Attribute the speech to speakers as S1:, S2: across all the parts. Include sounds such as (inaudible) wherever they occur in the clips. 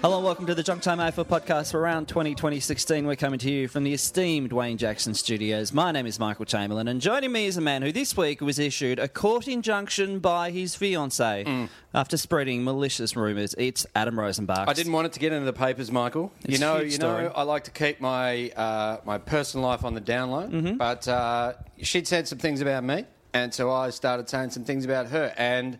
S1: Hello and welcome to the Junk Time AFL podcast for around 20, 2016. We're coming to you from the esteemed Wayne Jackson Studios. My name is Michael Chamberlain, and joining me is a man who this week was issued a court injunction by his fiancee
S2: Mm.
S1: after spreading malicious rumours. It's Adam Rosenbach.
S2: I didn't want it to get into the papers, Michael. you
S1: It's a
S2: know,
S1: huge
S2: you know,
S1: story.
S2: I like to keep my uh, my personal life on the down low.
S1: Mm-hmm.
S2: But uh, she'd said some things about me, and so I started saying some things about her. And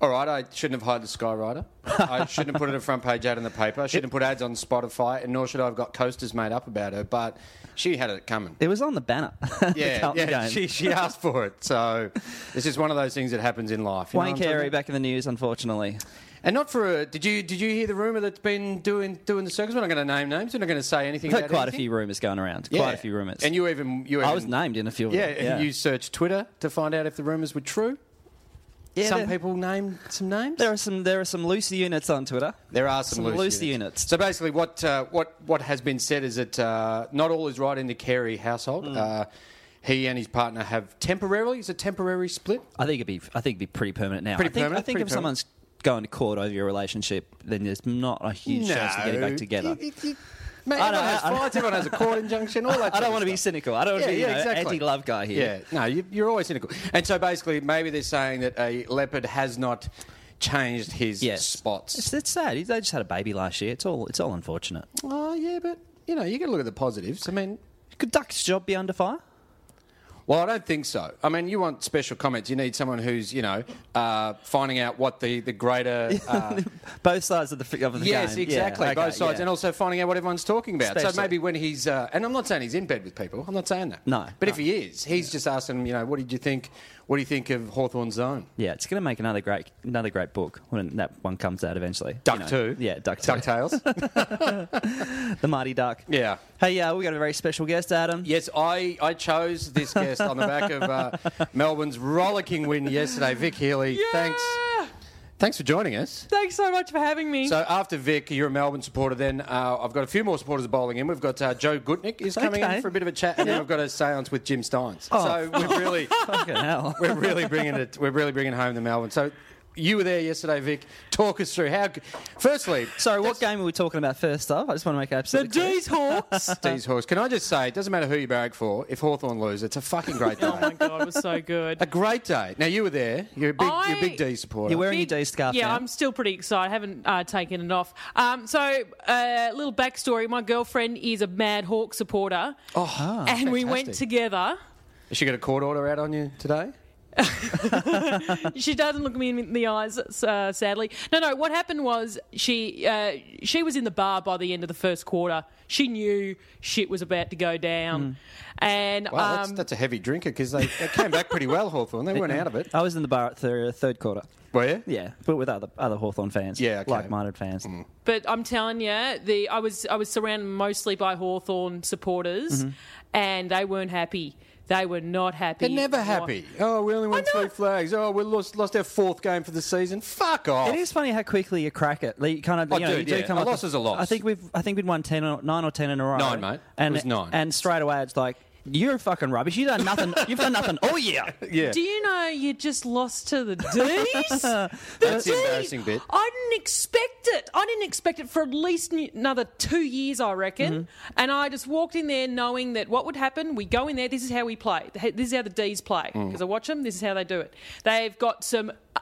S2: all right, I shouldn't have hired the Skyrider.
S1: (laughs)
S2: I shouldn't have put it a front page ad in the paper. I shouldn't have put ads on Spotify, and nor should I have got coasters made up about her. But she had it coming.
S1: It was on the banner. (laughs) at the
S2: Yeah,
S1: Carlton
S2: yeah.
S1: game.
S2: She, (laughs) she asked for it. So it's just one of those things that happens in life. you know
S1: Wayne
S2: what I'm talking
S1: Carey
S2: about?
S1: back in the news, unfortunately.
S2: And not for a, did you did you hear the rumor that's been doing doing the circus? We're not going to name names. We're not going to say anything.
S1: We've
S2: About
S1: had quite a
S2: anything.
S1: few rumours going around.
S2: Yeah.
S1: Quite a few rumours.
S2: And you even you even,
S1: I was named in a few of
S2: Yeah,
S1: them.
S2: and you searched Twitter to find out if the rumors were true.
S1: Yeah,
S2: some
S1: there-
S2: people named some names.
S1: There are some there are some loose units on Twitter.
S2: There are some,
S1: some
S2: loose,
S1: loose
S2: units.
S1: units.
S2: So basically, what uh, what what has been said is that uh, not all is right in the Carey household.
S1: Hmm.
S2: Uh, he and his partner have temporarily is a temporary split.
S1: I think it'd be I think it'd be pretty permanent now.
S2: Pretty
S1: I think,
S2: permanent,
S1: I think
S2: pretty
S1: if someone's going to court over your relationship, then there's not a huge chance of getting back together.
S2: You- you- you- Mate,
S1: I know,
S2: everyone has
S1: I- I-
S2: fights. Everyone has a court
S1: (laughs)
S2: injunction. All that.
S1: I
S2: sort
S1: don't
S2: of
S1: want to be
S2: stuff.
S1: cynical. I don't want to be you know, anti-love guy here.
S2: Yeah, no, you, you're always cynical. And so basically, maybe they're saying that a leopard has not changed his
S1: Yes.
S2: spots.
S1: It's, it's sad. They just had a baby last year. It's all it's all unfortunate.
S2: Oh, yeah, but you know, you got to look at the positives. I mean,
S1: Could Duck's job be under fire? (laughs)
S2: well, I don't think so. I mean, you want special comments. You need someone who's you know uh, finding out what the the greater.
S1: (laughs)
S2: Uh,
S1: Both sides of the, fi- of the
S2: Yes,
S1: game. Yeah,
S2: exactly.
S1: okay,
S2: Both sides,
S1: yeah.
S2: and also finding out what everyone's talking about. So
S1: Especially-
S2: maybe when he's, uh, and I'm not saying he's in bed with people. I'm not saying that.
S1: No,
S2: But
S1: no.
S2: if he is, he's just asking, them, you know, what did you think? What do you think of Hawthorne's zone?
S1: Yeah, it's going to make another great another great book when that one comes out eventually.
S2: Duck
S1: You know,
S2: two.
S1: Yeah, Duck Two.
S2: Ducktales.
S1: The Marty Duck.
S2: (laughs) yeah.
S1: Hey, yeah, uh, we got a very special guest, Adam.
S2: Yes, I, I chose this guest on the back
S1: (laughs)
S2: of uh, Melbourne's rollicking win yesterday. Vic Healy, thanks. Thanks for joining us.
S3: Thanks so much for having me.
S2: So after Vic, you're a Melbourne supporter. Then uh, I've got a few more supporters bowling in. We've got uh, Joe Gutnick is coming
S1: Okay. Oh.
S2: in for a bit of a chat, and then I've got a séance with Jim Steins. So
S1: (laughs)
S2: we're really
S1: Fucking hell.
S2: (laughs) we're really bringing it. We're really bringing home the Melbourne. So you were there yesterday, Vic. Talk us through how. Firstly,
S1: Sorry, what game are we talking about first up? I just want to make it
S3: the
S1: absolutely clear.
S3: D's (laughs) Hawks.
S2: Steve's horse. Can I just say, it doesn't matter who you barrack for. If Hawthorn lose, it's a fucking great day.
S3: (laughs) oh my god, was so good.
S2: A great day. Now you were there. You're a big, you're a big
S3: I-
S2: D supporter.
S1: You're wearing
S3: Big-
S1: your day scarf
S3: Yeah,
S1: now.
S3: I'm still pretty excited. I haven't uh, taken it off. Um, so, a little backstory. My girlfriend is a Mad Hawk supporter. Oh, and we went
S2: fantastic.
S3: together.
S2: Has she got a court order out on you today?
S3: She doesn't look me in the eyes, uh, sadly. No, no. What happened was she uh, she was in the bar by the end of the first quarter. She knew shit was about to go down, and
S2: Wow, that's,
S3: um,
S2: that's a heavy drinker because they, they came back pretty well, Hawthorn. They weren't out
S3: (laughs)
S2: of it.
S1: I was in the bar at the third quarter.
S2: Were you?
S1: Yeah, but with other other Hawthorn fans.
S2: Yeah, okay. Mm.
S1: like-minded fans.
S3: But I'm telling you, the I was I was surrounded mostly by Hawthorn
S2: Mm-hmm.
S3: supporters, and they weren't happy. They were not happy.
S2: They're never happy. Oh, we only won
S3: I know.
S2: three flags. Oh, we lost, lost our fourth game for the season. Fuck off.
S1: It is funny how quickly you crack it. Like, you kind of,
S2: Oh,
S1: you know,
S2: dude,
S1: you do
S2: yeah.
S1: come
S2: A
S1: up
S2: loss
S1: with-
S2: is a loss.
S1: I think we've, I think we'd won ten or nine or ten in a row.
S2: Nine, mate. It
S1: And
S2: was nine.
S1: And straight away, it's like you're fucking rubbish. You done nothing.
S2: (laughs)
S1: You've done nothing all year.
S2: Yeah.
S3: Do you know you just lost to the
S2: (laughs)
S3: D's? the
S2: That's the embarrassing bit.
S3: I didn't expect it. I didn't expect it for at least n- another two years, I reckon.
S2: Mm-hmm.
S3: And I just walked in there knowing that what would happen. We go in there. This is how we play. This is how the D's play
S2: Mm.
S3: because I watch them. This is how they do it. They've got some a-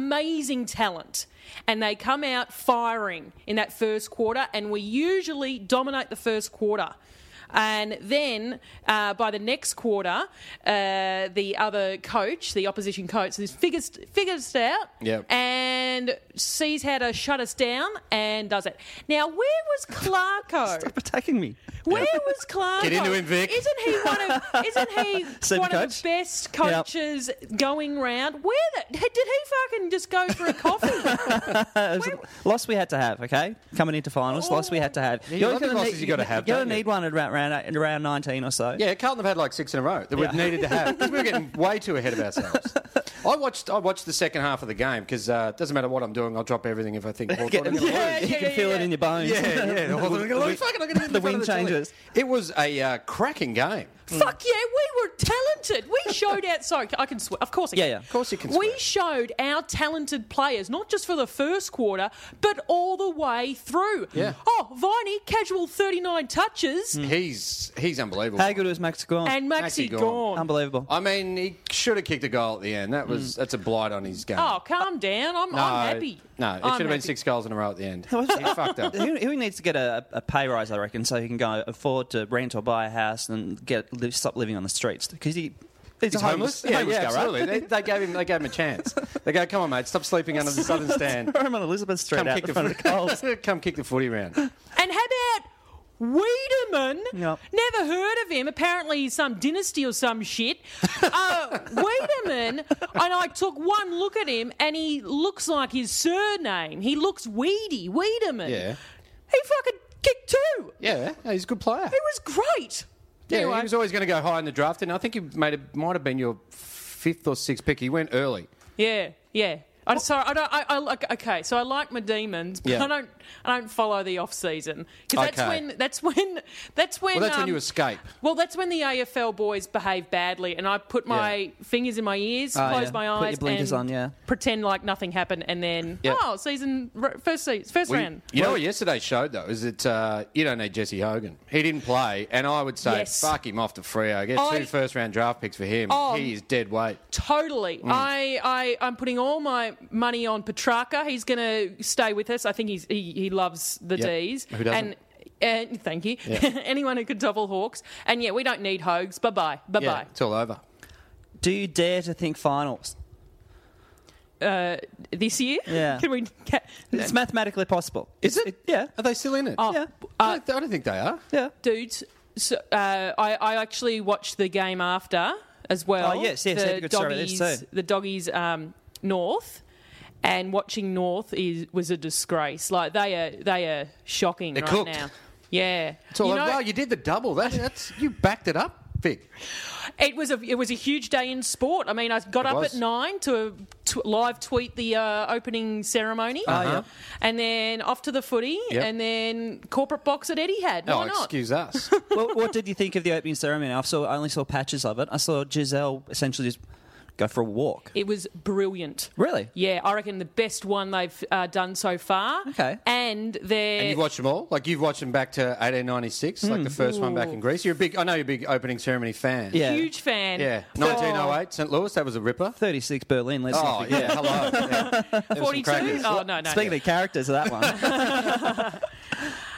S3: amazing talent. And they come out firing in that first quarter, and we usually dominate the first quarter. And then uh, by the next quarter, uh, the other coach, the opposition coach, this figures figures it out
S2: Yep.
S3: and sees how to shut us down and does it. Now,
S2: (laughs)
S3: where was Clarko?
S1: Stop attacking me.
S3: Where was Clarko?
S2: Get into him, Vic.
S3: Isn't he
S2: (laughs)
S3: one of? Isn't he
S1: Super
S3: one of
S1: coach.
S3: the best coaches going round? Where the, did he fucking just go for
S2: (laughs)
S3: a
S2: Hmm.
S3: coffee?
S1: Loss we had to have, okay? Coming into finals, loss we had to have.
S2: Oh, you love the losses you gotta have,
S1: You're going
S2: don't
S1: to
S2: you?
S1: need one at around, round, around 19 or so.
S2: Yeah, Carlton have had like six in a row that we've needed to have 'cause we were
S3: (laughs)
S2: getting way too ahead of ourselves. I watched I watched the second half of the game because uh, it doesn't matter what I'm doing, I'll drop everything if I
S3: (laughs)
S2: think Hawthorn are going to lose.
S3: Yeah,
S1: you
S3: yeah,
S1: can
S3: yeah,
S1: feel it
S3: yeah.
S1: in your bones. (laughs)
S2: Yeah, yeah. The, Hawthorn are gonna lose. Fucking, I'm gonna get in
S1: the
S2: front
S1: wind
S2: of telly.
S1: changes.
S2: It was a uh, cracking game.
S3: Fuck yeah, we were talented. We showed out. Sorry, I can swear. Of course, I
S1: Yeah,
S3: can.
S1: yeah. Of
S2: course you can
S3: We
S2: swear.
S3: showed our talented players not just for the first quarter, but all the way through.
S2: Yeah.
S3: Oh, Viney, casual thirty-nine touches,
S2: He's he's unbelievable.
S1: How good was Max Gorn?
S3: and Maxi,
S2: Maxi
S3: gone.
S2: gone. Um,
S1: Unbelievable.
S2: I mean, he should have kicked a goal at the end. That
S1: Mm.
S2: was that's a blight on his game.
S3: Oh, calm down. I'm, I'm happy.
S2: No, it
S3: I'm
S2: should have been
S3: happy.
S2: six goals in a row at
S1: (laughs)
S2: the end.
S1: was-
S2: He fucked up.
S1: who, who needs to get a, a pay rise, I reckon, so he can go afford to rent or buy a house and get live, stop living on the streets? Because he, he's, a
S2: He's
S1: homeless,
S2: homeless.
S1: homeless guy,
S2: yeah,
S1: right? (laughs)
S2: absolutely. they, they gave him. They gave him a chance. They go, come on, mate, stop sleeping under the southern stand.
S1: (laughs) Throw him on Elizabeth Street
S2: Come
S1: out
S2: kick
S1: the
S2: the
S1: front of the Coles.
S2: footy. (laughs) Come kick the footy round.
S3: And how about Wiedemann?
S1: Yep.
S3: Never heard of him. Apparently, he's some dynasty or some shit.
S2: (laughs)
S3: uh, Wiedemann, and I took one look at him, and he looks like his surname. He looks weedy. Wiedemann.
S2: Yeah.
S3: He fucking kicked two.
S2: Yeah, no, he's a good player.
S3: He was great.
S2: Yeah,
S3: Anyway.
S2: he was always going to go high in the draft, and I think he made it. Might have been your fifth or sixth pick. He went early.
S3: Yeah, yeah. I'm sorry. I don't. I, I like. Okay, so I like my demons, but
S2: Yeah.
S3: I don't. I don't follow the off season because that's
S2: Okay.
S3: when. That's when. That's when.
S2: Well, that's when
S3: um,
S2: you escape.
S3: Well, that's when the AFL boys behave badly, and I put my
S2: Yeah.
S3: fingers in my ears,
S1: Oh,
S3: close
S1: yeah.
S3: my eyes,
S1: Put your blinkers
S3: and
S1: on, yeah.
S3: pretend like nothing happened, and then
S2: Yeah.
S3: oh, season r- first season, first round.
S2: you know what yesterday showed though is that uh, you don't need Jesse Hogan. He didn't play, and I would say
S3: Yes.
S2: fuck him off to Freo. Get
S3: I-
S2: two first round draft picks for him.
S3: Oh.
S2: he is dead weight.
S3: Totally.
S1: Mm.
S3: I, I, I'm putting all my money on Petrarca. He's going to stay with us. I think he's, he, he loves the
S2: Yep.
S3: D's.
S2: Who doesn't?
S3: And, and thank you. (laughs) Anyone who could double Hawks. And yeah, we don't need Hogs. Bye bye. Bye
S2: Yeah,
S3: bye.
S2: it's all over.
S1: Do you dare to think finals?
S3: This year?
S1: Yeah.
S3: (laughs) Can we. Ca-
S1: It's mathematically possible.
S2: Is it?
S1: Yeah.
S2: Are they still in it?
S3: Oh,
S1: Yeah.
S2: I, don't, I don't think they are.
S1: Yeah.
S3: dudes, so, uh, I, I actually watched the game after as well.
S1: Oh, yes, yes, they had a
S3: The
S1: good story about this
S3: doggies,
S1: too.
S3: the doggies um, North. And watching North is was a disgrace. Like they are, they are shocking
S2: They're
S3: right
S2: cooked.
S3: now. Yeah,
S2: It's all
S3: You
S2: over.
S3: know,
S2: wow, you did the double. That, that's you backed it up, Vic.
S3: it was a it was a huge day in sport. I mean, I got up
S2: was.
S3: at nine to t- live tweet the uh, opening ceremony,
S1: yeah.
S3: and then off to the footy,
S2: Uh-huh. Yep.
S3: and then corporate box at Eddie had.
S2: Oh,
S3: Why not?
S2: excuse
S3: (laughs)
S2: us.
S1: well, what did you think of the opening ceremony? I saw I only saw patches of it. I saw Giselle essentially just go for a walk.
S3: It was brilliant.
S1: Really?
S3: Yeah, I reckon the best one they've uh, done so far.
S1: Okay.
S3: And they're.
S2: And you've watched them all? Like you've watched them back to 1896, like the first one back in Greece. You're a big, I know you're a big opening ceremony fan.
S1: Yeah.
S3: Huge fan. Oh,
S2: Yeah. 1908, St. Louis, that was a ripper.
S1: 36 Berlin. Let's not
S2: Oh,
S1: forget.
S2: yeah, hello. Yeah. There were some
S3: 42?
S2: crackers.
S3: Oh, no, no.
S1: Speaking of characters of that one,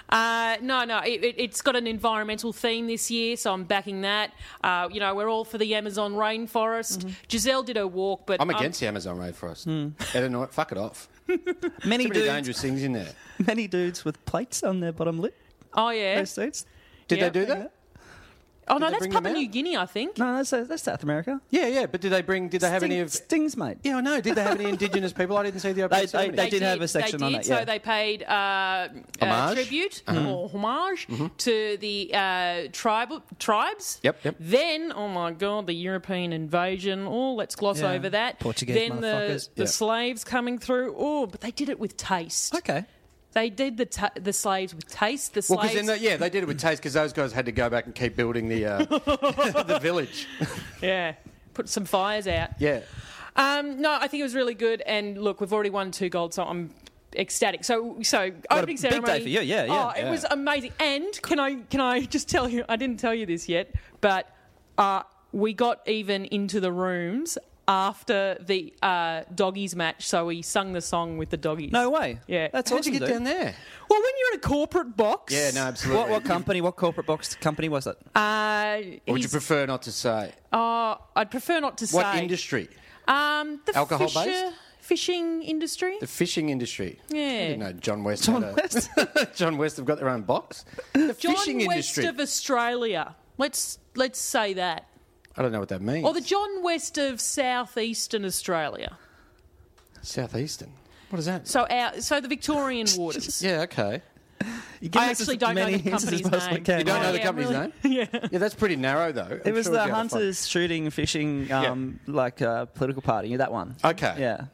S3: Uh, no, no, it, it, it's got an environmental theme this year, so I'm backing that. Uh, you know, we're all for the Amazon rainforest.
S2: Mm-hmm.
S3: Giselle did her walk, but.
S2: I'm against the Amazon rainforest. Illinois, fuck it off.
S1: (laughs) many
S2: Too many
S1: dudes,
S2: dangerous things in there.
S1: many dudes with plates on their bottom lip.
S3: oh, yeah.
S1: Those suits.
S2: Did
S3: Yeah.
S2: they do that?
S3: Oh, no,
S2: they
S3: that's
S2: bring them
S3: Papua New
S2: out?
S3: Guinea, I think.
S1: No, that's, uh, that's South America.
S2: Yeah, yeah. But did they bring? Did they have any of?
S1: stings, mate?
S2: Yeah, I know. Did they have any indigenous people? I didn't see the opening
S1: They- they-
S2: ceremony.
S1: they- did have a section
S3: they
S1: on
S3: did,
S1: it, yeah.
S3: So they paid uh, uh,
S2: Homage? Mm-hmm.
S3: tribute or homage to the uh, tribal tribes.
S2: Yep, yep.
S3: Then, oh my god, the European invasion. Oh, let's gloss
S1: Yeah.
S3: over that.
S1: Portuguese
S3: Then the,
S1: motherfuckers.
S3: the
S2: Yeah.
S3: slaves coming through. Oh, but they did it with taste.
S1: Okay.
S3: They did the ta- the slaves with taste. The
S2: Well,
S3: slaves.
S2: because yeah, they did it with taste because those guys had to go back and keep building the uh, (laughs) the village.
S3: yeah. Put some fires out.
S2: Yeah,
S3: Um, no, I think it was really good. And look, we've already won two gold, so I'm ecstatic. So, so
S1: big
S3: opening
S1: day
S3: ceremony
S1: for you. Yeah, yeah,
S3: Oh, it
S1: yeah.
S3: was amazing. And can I can I (laughs) just tell you? I didn't tell you this yet, but uh, we got even into the rooms. after the uh, doggies match, so we sung the song with the doggies.
S1: No way.
S3: Yeah.
S1: That's
S2: How'd
S1: awesome.
S2: you get
S1: dude.
S2: down there?
S3: Well, when you're in a corporate box,
S2: Yeah, no, absolutely.
S1: What, what company? What corporate box company was it?
S3: Uh,
S2: Or would you
S3: he's-
S2: prefer not to say?
S3: oh, I'd prefer not to
S2: What
S3: say.
S2: industry?
S3: Um, the
S2: Alcohol-based?
S3: fisher- fishing industry.
S2: The fishing industry.
S3: Yeah.
S2: You know, John West.
S1: John
S2: had a-
S3: (laughs)
S1: West?
S2: (laughs) John West have got their own box. The
S3: John
S2: fishing
S3: West
S2: industry.
S3: of Australia. Let's let's say that,
S2: I don't know what that means.
S3: or the John West of southeastern Australia.
S2: Southeastern. What is that?
S3: So our, so
S2: (laughs)
S3: the Victorian waters.
S2: yeah, okay.
S3: I actually don't
S1: (laughs)
S3: know the company's name.
S2: You don't
S3: Oh,
S2: know the
S3: (laughs) yeah,
S2: company's
S3: really?
S2: name? Yeah. Yeah, that's pretty narrow, though.
S1: It was the hunters shooting, fishing, um, like uh, political party. That one.
S2: Okay.
S1: Yeah.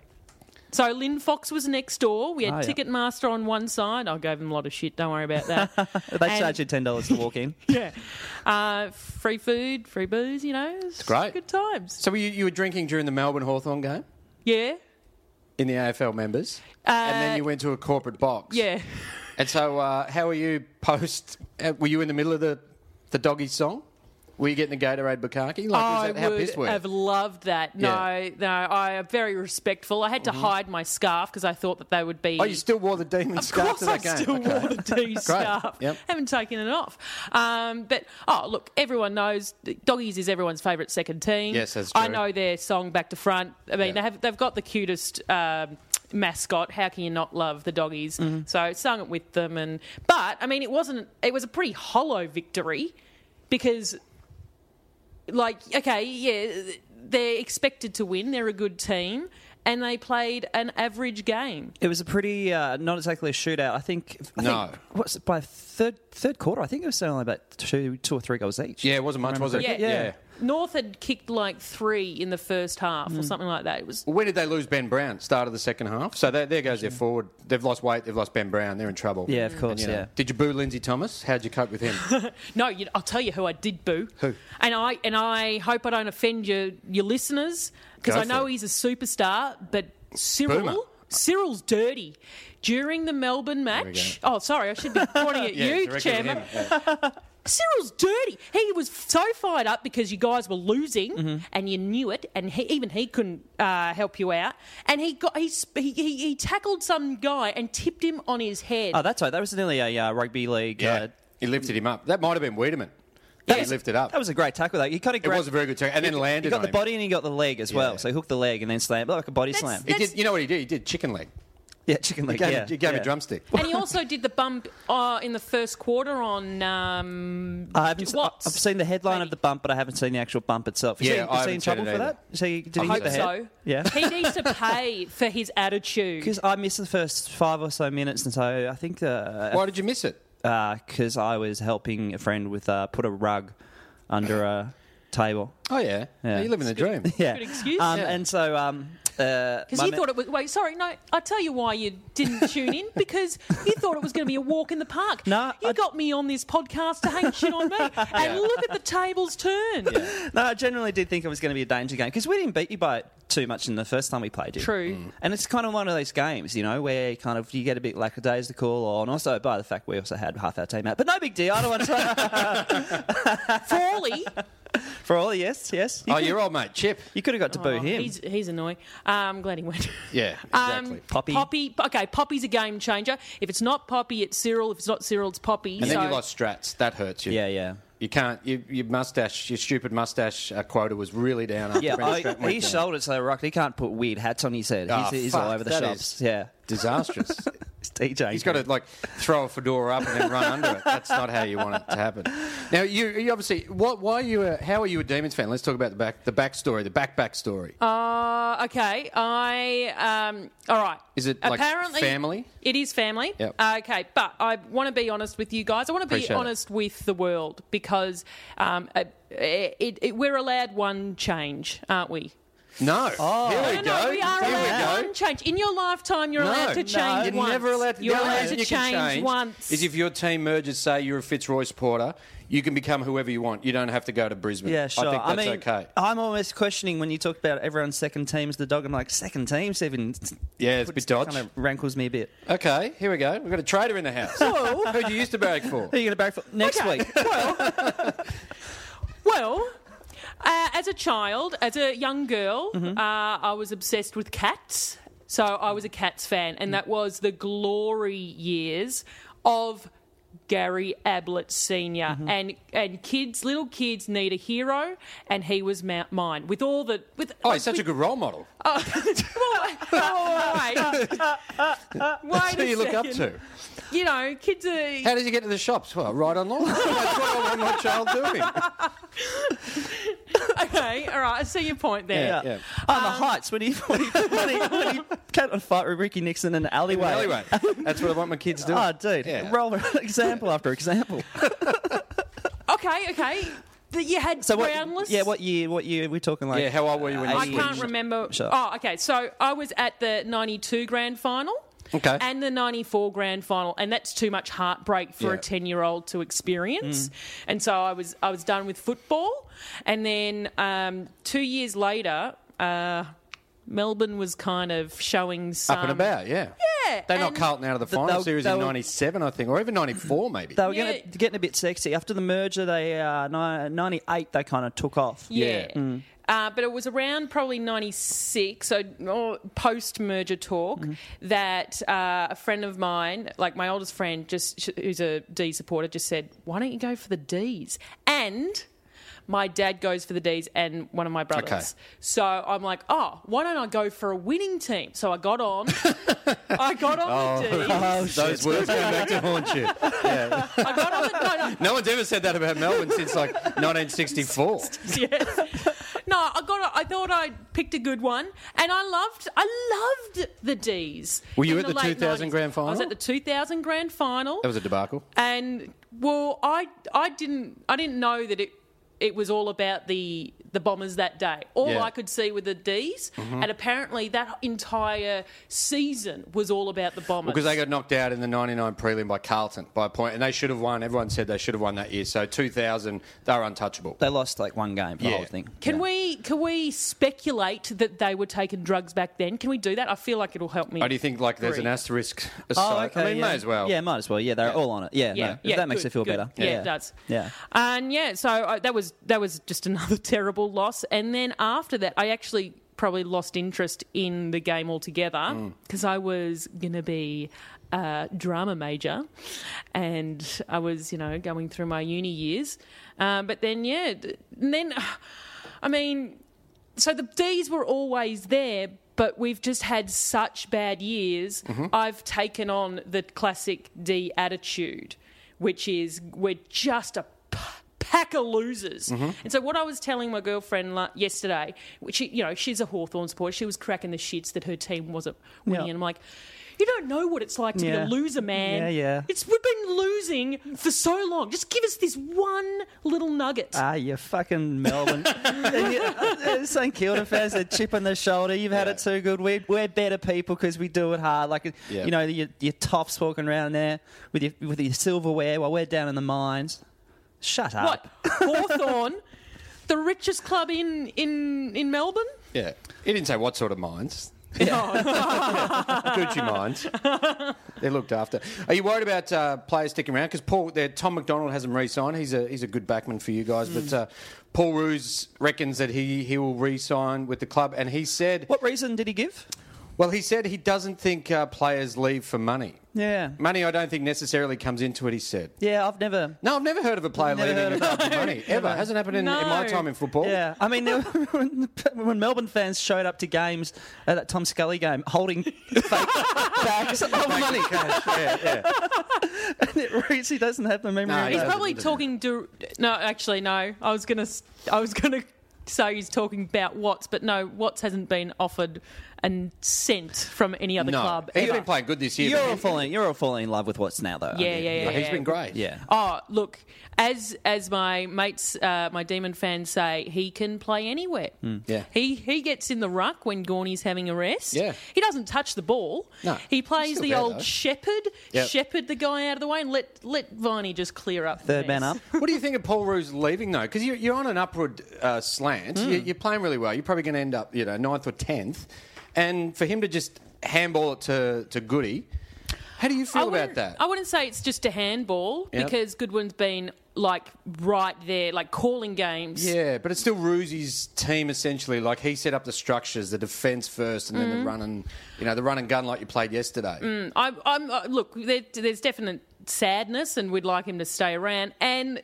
S3: So Lynn Fox was next door. We had
S1: Oh, yeah.
S3: Ticketmaster on one side. I gave them a lot of shit. Don't worry about that.
S2: (laughs)
S1: They
S3: And-
S1: charge you ten dollars to walk in.
S3: yeah, uh, free food, free booze. You know, it's
S2: great.
S3: Good times.
S2: So were you, you were drinking during the Melbourne Hawthorn game
S3: Yeah, Uh,
S2: in the AFL members, and then you went to a corporate box. (laughs)
S3: yeah.
S2: And so, uh, how were you post? Uh, were you in the middle of the the doggy song? Were you getting the Gatorade bukkake? Like, is that
S3: I
S2: how
S3: would
S2: piss were? you?
S3: have loved that.
S2: Yeah. Mm-hmm.
S3: No, no, I am very respectful. I had to hide my scarf because I thought that they would be.
S2: Oh, you still wore the demon
S3: Of
S2: scarf
S3: course,
S2: to the
S3: I
S2: game.
S3: still
S2: Okay.
S3: wore the D scarf.
S2: Yep.
S3: Haven't taken it off. Um, but oh, look, everyone knows Doggies is everyone's favourite second team.
S2: Yes, that's
S3: I
S2: true.
S3: know their song back to front. I mean,
S2: Yeah.
S3: they have they've got the cutest. Um, mascot how can you not love the doggies
S2: Mm-hmm.
S3: so I sung it with them and but i mean it wasn't it was a pretty hollow victory because like okay yeah they're expected to win they're a good team and they played an average game
S1: It was a pretty, uh, not exactly a shootout. I think. I
S2: No.
S1: Think, what's it, by third third quarter? I think it was only about two two or three goals each.
S2: Yeah, it wasn't much, was it?
S3: Yeah.
S1: Yeah.
S3: North had kicked like three in the first half
S2: Hmm.
S3: or something like that. It was
S2: Well, When did they lose Ben Brown? Start of the second half. So there, there goes their forward. They've lost weight. They've lost Ben Brown. They're in trouble.
S1: Yeah, of course, yeah.
S2: Did you boo Lindsay Thomas? How'd you cope with
S1: (laughs)
S2: him?
S3: no. You, I'll tell you who I did boo. Who? And I and I hope I don't offend your your listeners because
S2: Go
S3: I know
S2: for it.
S3: he's a superstar, but Cyril.
S2: Boomer.
S3: Cyril's dirty. During the Melbourne
S2: we
S3: match, oh sorry, I
S2: (laughs)
S3: should be pointing at
S2: Yeah,
S3: you,
S2: directly at
S3: Chairman.
S2: him. Yeah.
S3: Cyril's dirty. He was so fired up because you guys were losing,
S2: Mm-hmm.
S3: and you knew it, and he, even he couldn't uh, help you out. And he got he, sp- he he he tackled some guy and tipped him on his head.
S1: Oh, that's right. That was nearly a uh, rugby league.
S2: Yeah.
S1: Uh,
S2: he lifted him up. That might have been Wiedemann. he lifted up.
S1: That was a great tackle. Though. He kind of
S2: it was a very good tackle, and then landed
S1: He got
S2: on
S1: the
S2: him.
S1: body and he got the leg as well.
S2: Yeah.
S1: So he hooked the leg and then slammed like a body
S3: That's-
S1: slam. (laughs)
S2: He
S3: that's-
S2: did. You know what he did? He did chicken leg.
S1: yeah, chicken
S2: He
S1: leg.
S2: gave,
S1: yeah,
S2: he gave
S1: yeah.
S2: a drumstick.
S3: and he also did the bump uh, in the first quarter on. Um,
S1: I haven't.
S3: Watts.
S1: Uh, I've seen the headline of the bump, but I haven't seen the actual bump itself. Is
S2: Yeah,
S1: he,
S2: I
S1: is he in
S2: haven't seen
S1: trouble
S2: it
S1: for that? Is he, did he
S2: I
S1: hit the
S2: hope
S1: head?
S3: so
S1: Yeah. (laughs)
S3: he needs to pay for his attitude.
S1: Because I missed the first five or so minutes, and so I think uh,
S2: Why did you miss it?
S1: because uh, I was helping a friend with uh, put a rug under a table.
S2: Oh yeah,
S1: Yeah.
S2: you live in
S1: (laughs)
S2: the dream.
S1: Yeah,
S3: Good excuse.
S1: Um,
S2: Yeah.
S1: And so, um, uh,
S3: Because
S1: my
S3: you
S1: ma-
S3: thought it was. Wait, sorry, no. I'll tell you why you
S1: (laughs)
S3: didn't tune in. Because you thought it was going to be a walk in the park.
S1: No,
S3: You
S1: I-
S3: got me on this podcast to hang
S1: (laughs)
S3: shit on me. And look at the tables turned.
S1: no, I generally did think it was going to be a danger game because we didn't beat you by too much in the first time we played you.
S3: True. Mm.
S1: and it's kind of one of those games, you know, where kind of you get a bit lackadaisical, or and also by the fact we also had half our team out, but no big deal. I don't want to.
S3: (laughs) Frawley,
S1: (laughs) For all, yes, yes, you,
S2: Oh, your old mate Chip.
S1: could have got to boo
S3: oh,
S1: him.
S3: he's he's annoying. Uh, I'm glad he went.
S2: Yeah,
S3: Um,
S2: exactly.
S1: Poppy.
S3: Poppy. Okay, Poppy's a game changer. If it's not Poppy, it's Cyril. If it's not Cyril, it's Poppy.
S2: and
S3: so
S2: then you lost Strats. That hurts you.
S1: Yeah, yeah.
S2: You can't. You, your mustache, your stupid mustache uh, quota was really down. After
S1: Yeah,
S2: Brendan
S1: I,
S2: Stratton went
S1: his
S2: down.
S1: shoulders so rocked. He can't put weird hats on his head.
S2: Oh,
S1: he's, he's
S2: fuck,
S1: all over the
S2: that
S1: shops.
S2: is-
S1: Yeah,
S2: disastrous.
S1: (laughs) it's DJ.
S2: He's got to like throw a fedora up and then run under it. That's not how you want it to happen. Now, you, you obviously, what, why are you? A, how are you a Demons fan? Let's talk about the back, the backstory, the back backstory.
S3: Uh, okay, I um, all right.
S2: Is it, like, family?
S3: It is family. Uh,
S2: Yep.
S3: okay, but I want to be honest with you guys. I want to be
S2: Appreciate it.
S3: honest with the world because um, uh, it, it, we're allowed one change, aren't we?
S2: no. Oh, here we
S3: no,
S2: go.
S3: no, we are
S2: here
S3: allowed
S2: we go.
S3: one change. In your lifetime, you're
S2: No,
S3: allowed to
S2: no,
S3: change
S2: you're
S3: once.
S2: never allowed to.
S3: you're
S2: the only
S3: allowed
S2: reason
S3: to
S2: you can
S3: change, once.
S2: Is if your team merges, say you're a Fitzroy supporter, you can become whoever you want. You don't have to go to Brisbane.
S1: Yeah, sure.
S2: I think that's
S1: mean,
S2: okay.
S1: I'm almost questioning when you talk about everyone's second team's the dog. I'm like, second team's even.
S2: Yeah, it's a bit dodge.
S1: Kind of rankles me a bit.
S2: Okay, here we go. We've got a traitor in the house. Who'd you used to barrack for?
S1: (laughs) Who are you going to back for next week?
S3: well, Uh, as a child, as a young girl,
S2: Mm-hmm.
S3: uh, I was obsessed with cats. So I was a cats fan, and that was the glory years of Gary Ablett senior
S2: Mm-hmm.
S3: and and kids, little kids need a hero, and he was ma- mine. With all the with (laughs)
S2: Oh, he's such a good role model.
S3: Oh,
S2: (laughs)
S3: well, wait,
S2: That's
S3: wait
S2: who
S3: a
S2: you look up to.
S3: second. you know, kids are
S2: How does he get to the shops? Well, right
S3: (laughs)
S2: online. That's what I want my child doing.
S3: okay. All right, I see your point there.
S2: Yeah.
S1: On Oh, the heights when he when he, when he, when he kept on fight with Ricky Nixon in the alleyway. (laughs)
S2: Anyway, that's what I want my kids doing.
S1: Oh, dude!
S2: Yeah.
S1: Roll example after
S2: (laughs)
S1: example.
S3: Okay, okay. That you had
S1: So what?
S3: Brownless.
S1: Yeah, what year? What year? We're talking like.
S2: Yeah, how old were you when you
S3: I
S2: switched?
S3: can't remember.
S1: Sure.
S3: Oh, okay. So I was at the 92 grand final.
S2: Okay.
S3: And the 94 grand final. And that's too much heartbreak for a
S2: Yeah. Mm.
S3: 10 year old to experience. And so I was, I was done with football. And then um, two years later, uh, Melbourne was kind of showing some.
S2: Up and about, yeah.
S3: um, Yeah,
S2: They knocked
S3: and-
S2: Carlton out of the final
S1: they'll-
S2: series
S1: they'll-
S2: in 97, I think, or even 94, maybe.
S1: They were
S3: Yeah.
S1: getting, getting a bit sexy after the merger. They uh, ni- ninety eight. They kind of took off.
S3: Yeah.
S2: Yeah.
S3: Uh, but it was around probably 96, so post merger talk, that uh, a friend of mine, like my oldest friend, just sh- who's a D supporter, just said, Why don't you go for the Ds? And my dad goes for the Ds and one of my brothers.
S2: Okay.
S3: So I'm like, Oh, why don't I go for a winning team? So I got on. I got on the Ds.
S2: Those words came back to haunt
S3: (laughs)
S2: you. Yeah.
S3: I got on the. No, no,
S2: No one's ever said that about Melbourne since like 1964.
S3: (laughs) yes. No, I got. A, I thought I picked a good one, and I loved. I loved the D's.
S2: Were you at
S3: in
S2: the
S3: late
S2: 2000 grand
S3: I was
S2: final?
S3: at the 2000 grand final,
S2: That was a debacle.
S3: and well, I I didn't I didn't know that it it was all about the the bombers that day. All
S2: Yeah. Mm-hmm.
S3: I could see were the D's, and apparently that entire season was all about the bombers.
S2: Because they got knocked out in the 99 prelim by Carlton by a point, and they should have won. Everyone said they should have won that year. So 2000, they were untouchable.
S1: They lost like one game for the
S2: Yeah.
S1: whole thing.
S3: Can we can we speculate that they were taking drugs back then? Can we do that? I feel like it'll help me.
S2: I do think like there's an
S3: Three.
S2: asterisk.
S1: Oh,
S2: aside.
S1: okay.
S2: I mean,
S1: yeah.
S2: may as well.
S1: Yeah, might as well. Yeah, they're all on it. Yeah, no, if that makes
S3: good,
S1: it feel
S3: good.
S1: better.
S3: Yeah, it does.
S1: Yeah.
S3: and yeah, so I, that was that was just (laughs) another terrible loss. And then after that, I actually probably lost interest in the game altogether
S1: Mm.
S3: because I was gonna be a drama major, and I was you know going through my uni years. Um, but then yeah, d- and then (sighs) I mean so the D's were always there, but we've just had such bad years.
S1: Mm-hmm.
S3: I've taken on the classic D attitude, which is we're just a p- pack of losers.
S1: Mm-hmm.
S3: And so what I was telling my girlfriend la- yesterday, which you know she's a Hawthorn supporter, she was cracking the shits that her team wasn't winning,
S1: Yeah.
S3: and I'm like. You don't know what it's like to
S1: Yeah.
S3: be a loser, man.
S1: Yeah, yeah.
S3: It's we've been losing for so long. Just give us this one little nugget.
S1: Ah, you fucking (laughs) Melbourne. and you, uh, St Kilda fans, a chip on the shoulder. You've had
S2: Yeah.
S1: it too good. We're, we're better people because we do it hard. Like,
S2: Yeah.
S1: you know, your, your tops walking around there with your, with your silverware while we're down in the mines. Shut up.
S3: What (laughs) Hawthorn, the richest club in in in Melbourne?
S2: Yeah. He didn't say what sort of mines. (laughs)
S3: No.
S2: Gucci mines. They're looked after. Are you worried about uh, players sticking around? Because Paul, there, Tom McDonald hasn't re-signed. He's a he's a good backman for you guys,
S1: Hmm.
S2: but uh, Paul Ruse reckons that he he will re-sign with the club, and he said,
S1: What reason did he give?
S2: well, he said he doesn't think uh, players leave for money.
S1: Yeah.
S2: Money, I don't think necessarily comes into it. He said.
S1: Yeah, I've never.
S2: No, I've never heard of a player
S1: Never heard
S2: leaving a
S1: of
S2: club for money ever. Hasn't happened in, in my
S3: No.
S2: time in football.
S1: Yeah, I mean, (laughs) there- when, when Melbourne fans showed up to games at that Tom Scully game holding fake
S2: (laughs)
S1: bags of money,
S2: Cash, yeah, yeah.
S1: (laughs) it really doesn't have the memory.
S2: No,
S1: of
S2: he
S3: he's
S1: that.
S2: doesn't.
S3: probably talking to. No, actually, no. I was gonna s- I was gonna say he's talking about Watts, but no, Watts hasn't been offered a cent from any other
S2: No,
S3: club.
S2: he's
S3: ever.
S2: been playing good this year.
S1: You're
S2: but
S1: all
S2: he-
S1: falling. You're all falling in love with what's now, though. aren't
S3: Yeah,
S1: you?
S3: yeah, yeah.
S2: He's been great.
S1: Yeah.
S3: Oh, look, as as my mates, uh, my demon fans say, he can play anywhere.
S2: Hmm. Yeah.
S3: He he gets in the ruck when Gorney's having a rest.
S2: Yeah.
S3: He doesn't touch the ball.
S2: No.
S3: He
S2: He's
S3: plays
S2: still
S3: the
S2: there,
S3: old
S2: though.
S3: shepherd,
S2: Yep.
S3: shepherd the guy out of the way and let let Viney just clear up. the
S1: Third man
S3: mess.
S1: up.
S2: (laughs) What do you think of Paul Roos leaving though? Because you're, you're on an upward uh, slant. You, you're playing really well. You're probably going to end up, you know, ninth or tenth. And for him to just handball it to to Goody, How do you feel
S3: I
S2: about
S3: wouldn't-
S2: that?
S3: I wouldn't say it's just a handball
S2: Yep.
S3: because Goodwin's been like right there, like calling games.
S2: Yeah, but it's still Ruzi's team essentially. Like he set up the structures, the defence first, and then the run and you know the run and gun like you played yesterday.
S3: I'm, I'm uh, look. There, there's definite sadness, and we'd like him to stay around. And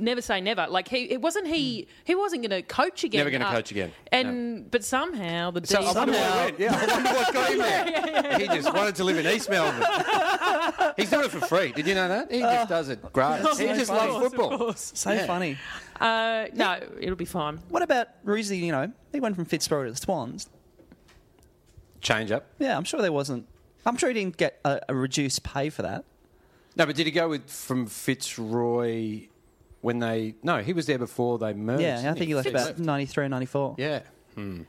S3: never say never. Like he, it wasn't he. He wasn't going to coach again.
S2: Hmm. Never gonna
S3: uh,
S2: coach again.
S3: And but somehow the
S2: So
S3: D's- uh,
S2: I wonder
S1: Somehow-
S2: what went. Yeah, I wonder what got
S1: (laughs)
S2: him there. He just wanted to live in East Melbourne. He's doing it for free. Did you know that? He
S1: Oh.
S2: just does it gratis. He
S1: so
S2: just
S1: funny.
S2: loves football.
S1: So funny.
S3: Uh, no, it'll be fine.
S1: What about Ruzzi? You know, he went from Fitzroy to the Swans.
S2: Change up.
S1: Yeah, I'm sure there wasn't. I'm sure he didn't get a, a reduced pay for that.
S2: No, but did he go with from Fitzroy when they? No, he was there before they merged.
S1: Yeah, I
S2: didn't
S1: think he left
S2: Fitz
S1: about 93 or 94.
S2: Yeah.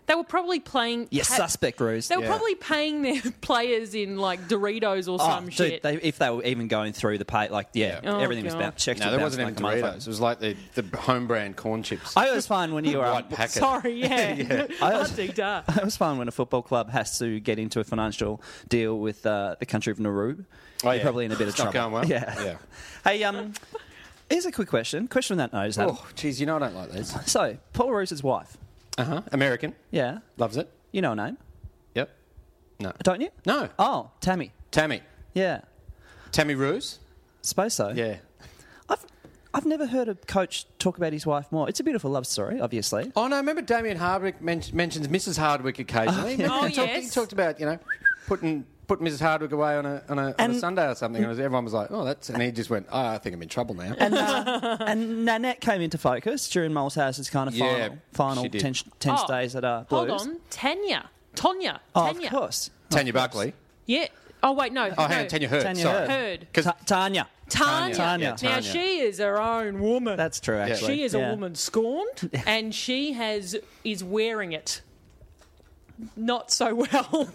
S3: They were probably playing.
S1: You
S3: ha-
S1: suspect, Ruse.
S3: They were
S2: Yeah.
S3: probably paying their (laughs) players in like Doritos or
S2: Ah,
S1: Oh,
S3: some
S1: dude,
S3: shit.
S1: They, if they were even going through the pay, like, yeah,
S3: Yeah. Oh,
S1: everything was
S3: God.
S1: about checked.
S2: No, there wasn't even Doritos. It was like the, the home brand corn chips.
S1: I always find when you are.
S2: White packet.
S3: Sorry, yeah.
S2: (laughs)
S3: (laughs) Bloody duh.
S1: (laughs) I always find when a football club has to get into a financial deal with uh, the country of Nauru,
S2: Oh,
S1: you're
S2: yeah.
S1: probably in a bit of
S2: It's
S1: trouble.
S2: not going well.
S1: Yeah.
S2: Yeah.
S1: (laughs) Hey, um, here's a quick question. Question that knows. Adam.
S2: Oh, geez, you know I don't like these.
S1: So, Paul Roos's wife.
S2: Uh huh. American.
S1: Yeah.
S2: Loves it.
S1: You know her name,
S2: Yep. No.
S1: don't you?
S2: No.
S1: Oh, Tammy.
S2: Tammy.
S1: Yeah.
S2: Tammy Ruse.
S1: Suppose so.
S2: Yeah.
S1: I've I've never heard a coach talk about his wife more. It's a beautiful love story, obviously.
S2: Oh no! Remember Damien Hardwick men- mentions Mrs. Hardwick occasionally. Remember
S3: Oh,
S2: he, talked, he
S3: yes.
S2: talked about you know putting putting Mrs. Hardwick away on a on a, on a Sunday or something, and everyone was like, "Oh, that's," and he just went, oh, "I think I'm in trouble now."
S1: And,
S3: (laughs)
S1: uh, and Nanette came into focus during Moleshouse's kind of
S2: Yeah,
S1: final final
S2: she did.
S1: ten, ten
S3: Oh,
S1: days at uh, Blues.
S3: Hold on, Tanya, Tonya,
S1: Oh,
S3: Tanya.
S1: of course.
S2: Tanya Buckley.
S3: Yeah. Oh wait, no.
S2: Oh,
S3: no.
S2: hang on, Tanya Hurd.
S1: Tanya
S2: sorry.
S1: Hurd.
S3: Hurd.
S2: Because
S1: Ta- Tanya.
S3: Tanya.
S1: Tanya.
S3: Now
S2: Yeah, Tanya.
S3: she is her own woman.
S1: That's true, actually.
S3: She is
S1: Yeah.
S3: a
S2: (laughs)
S3: woman scorned, and she has is wearing it. Not so well.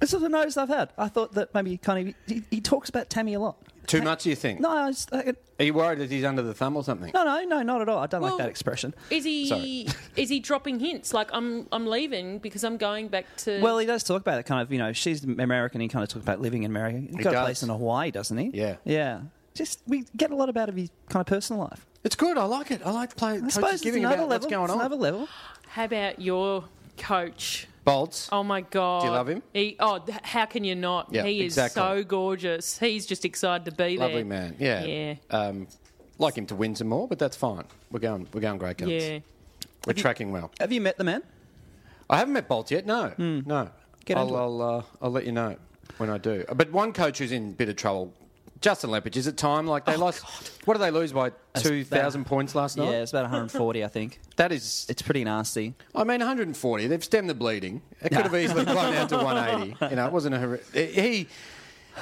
S1: This is the notice I've had. I thought that maybe kind of he, he talks about Tammy a lot.
S2: too much, you think?
S1: No, I just, I,
S2: Are you worried that he's under the thumb or something?
S1: no, no, no, not at all. I don't like
S3: Well-
S1: that expression.
S3: (laughs) Is he
S2: Sorry.
S3: is he dropping hints like I'm I'm leaving because I'm going back to
S1: Well, he does talk about it kind of, you know, she's American. He kind of talks about living in America. He's got a
S2: does.
S1: place in Hawaii, doesn't he?
S2: Yeah.
S1: Yeah. Just, we get a lot about of his kind of personal life.
S2: It's good. I like it. I like playing.
S1: I suppose it's
S2: giving
S1: another
S2: about
S1: level.
S2: what's going
S1: it's
S2: on.
S1: another level.
S3: How about your coach?
S2: Bolts.
S3: Oh my god.
S2: Do you love him?
S3: He, oh, th- how can you not?
S2: Yeah,
S3: he is
S2: exactly.
S3: so gorgeous. He's just excited to be there.
S2: Lovely man. Yeah.
S3: Yeah.
S2: Um, like him to win some more, but that's fine. We're going. We're going great guns.
S3: Yeah.
S2: We're tracking well.
S1: Have you met the man?
S2: I haven't met Bolt yet. No. No.
S1: Hmm. Get
S2: I'll
S1: into it.
S2: I'll, uh, I'll let you know when I do. But one coach who's in a bit of trouble. Justin Lepage, is it time? Like
S1: Oh,
S2: they lost. What did they lose by? Two thousand points last night.
S1: Yeah, it's about 140, I think.
S2: (laughs) That is.
S1: It's pretty nasty.
S2: I mean, 140. They've stemmed the bleeding. It could have easily blown out to
S1: (laughs)
S2: 180. You know, it wasn't a horri he.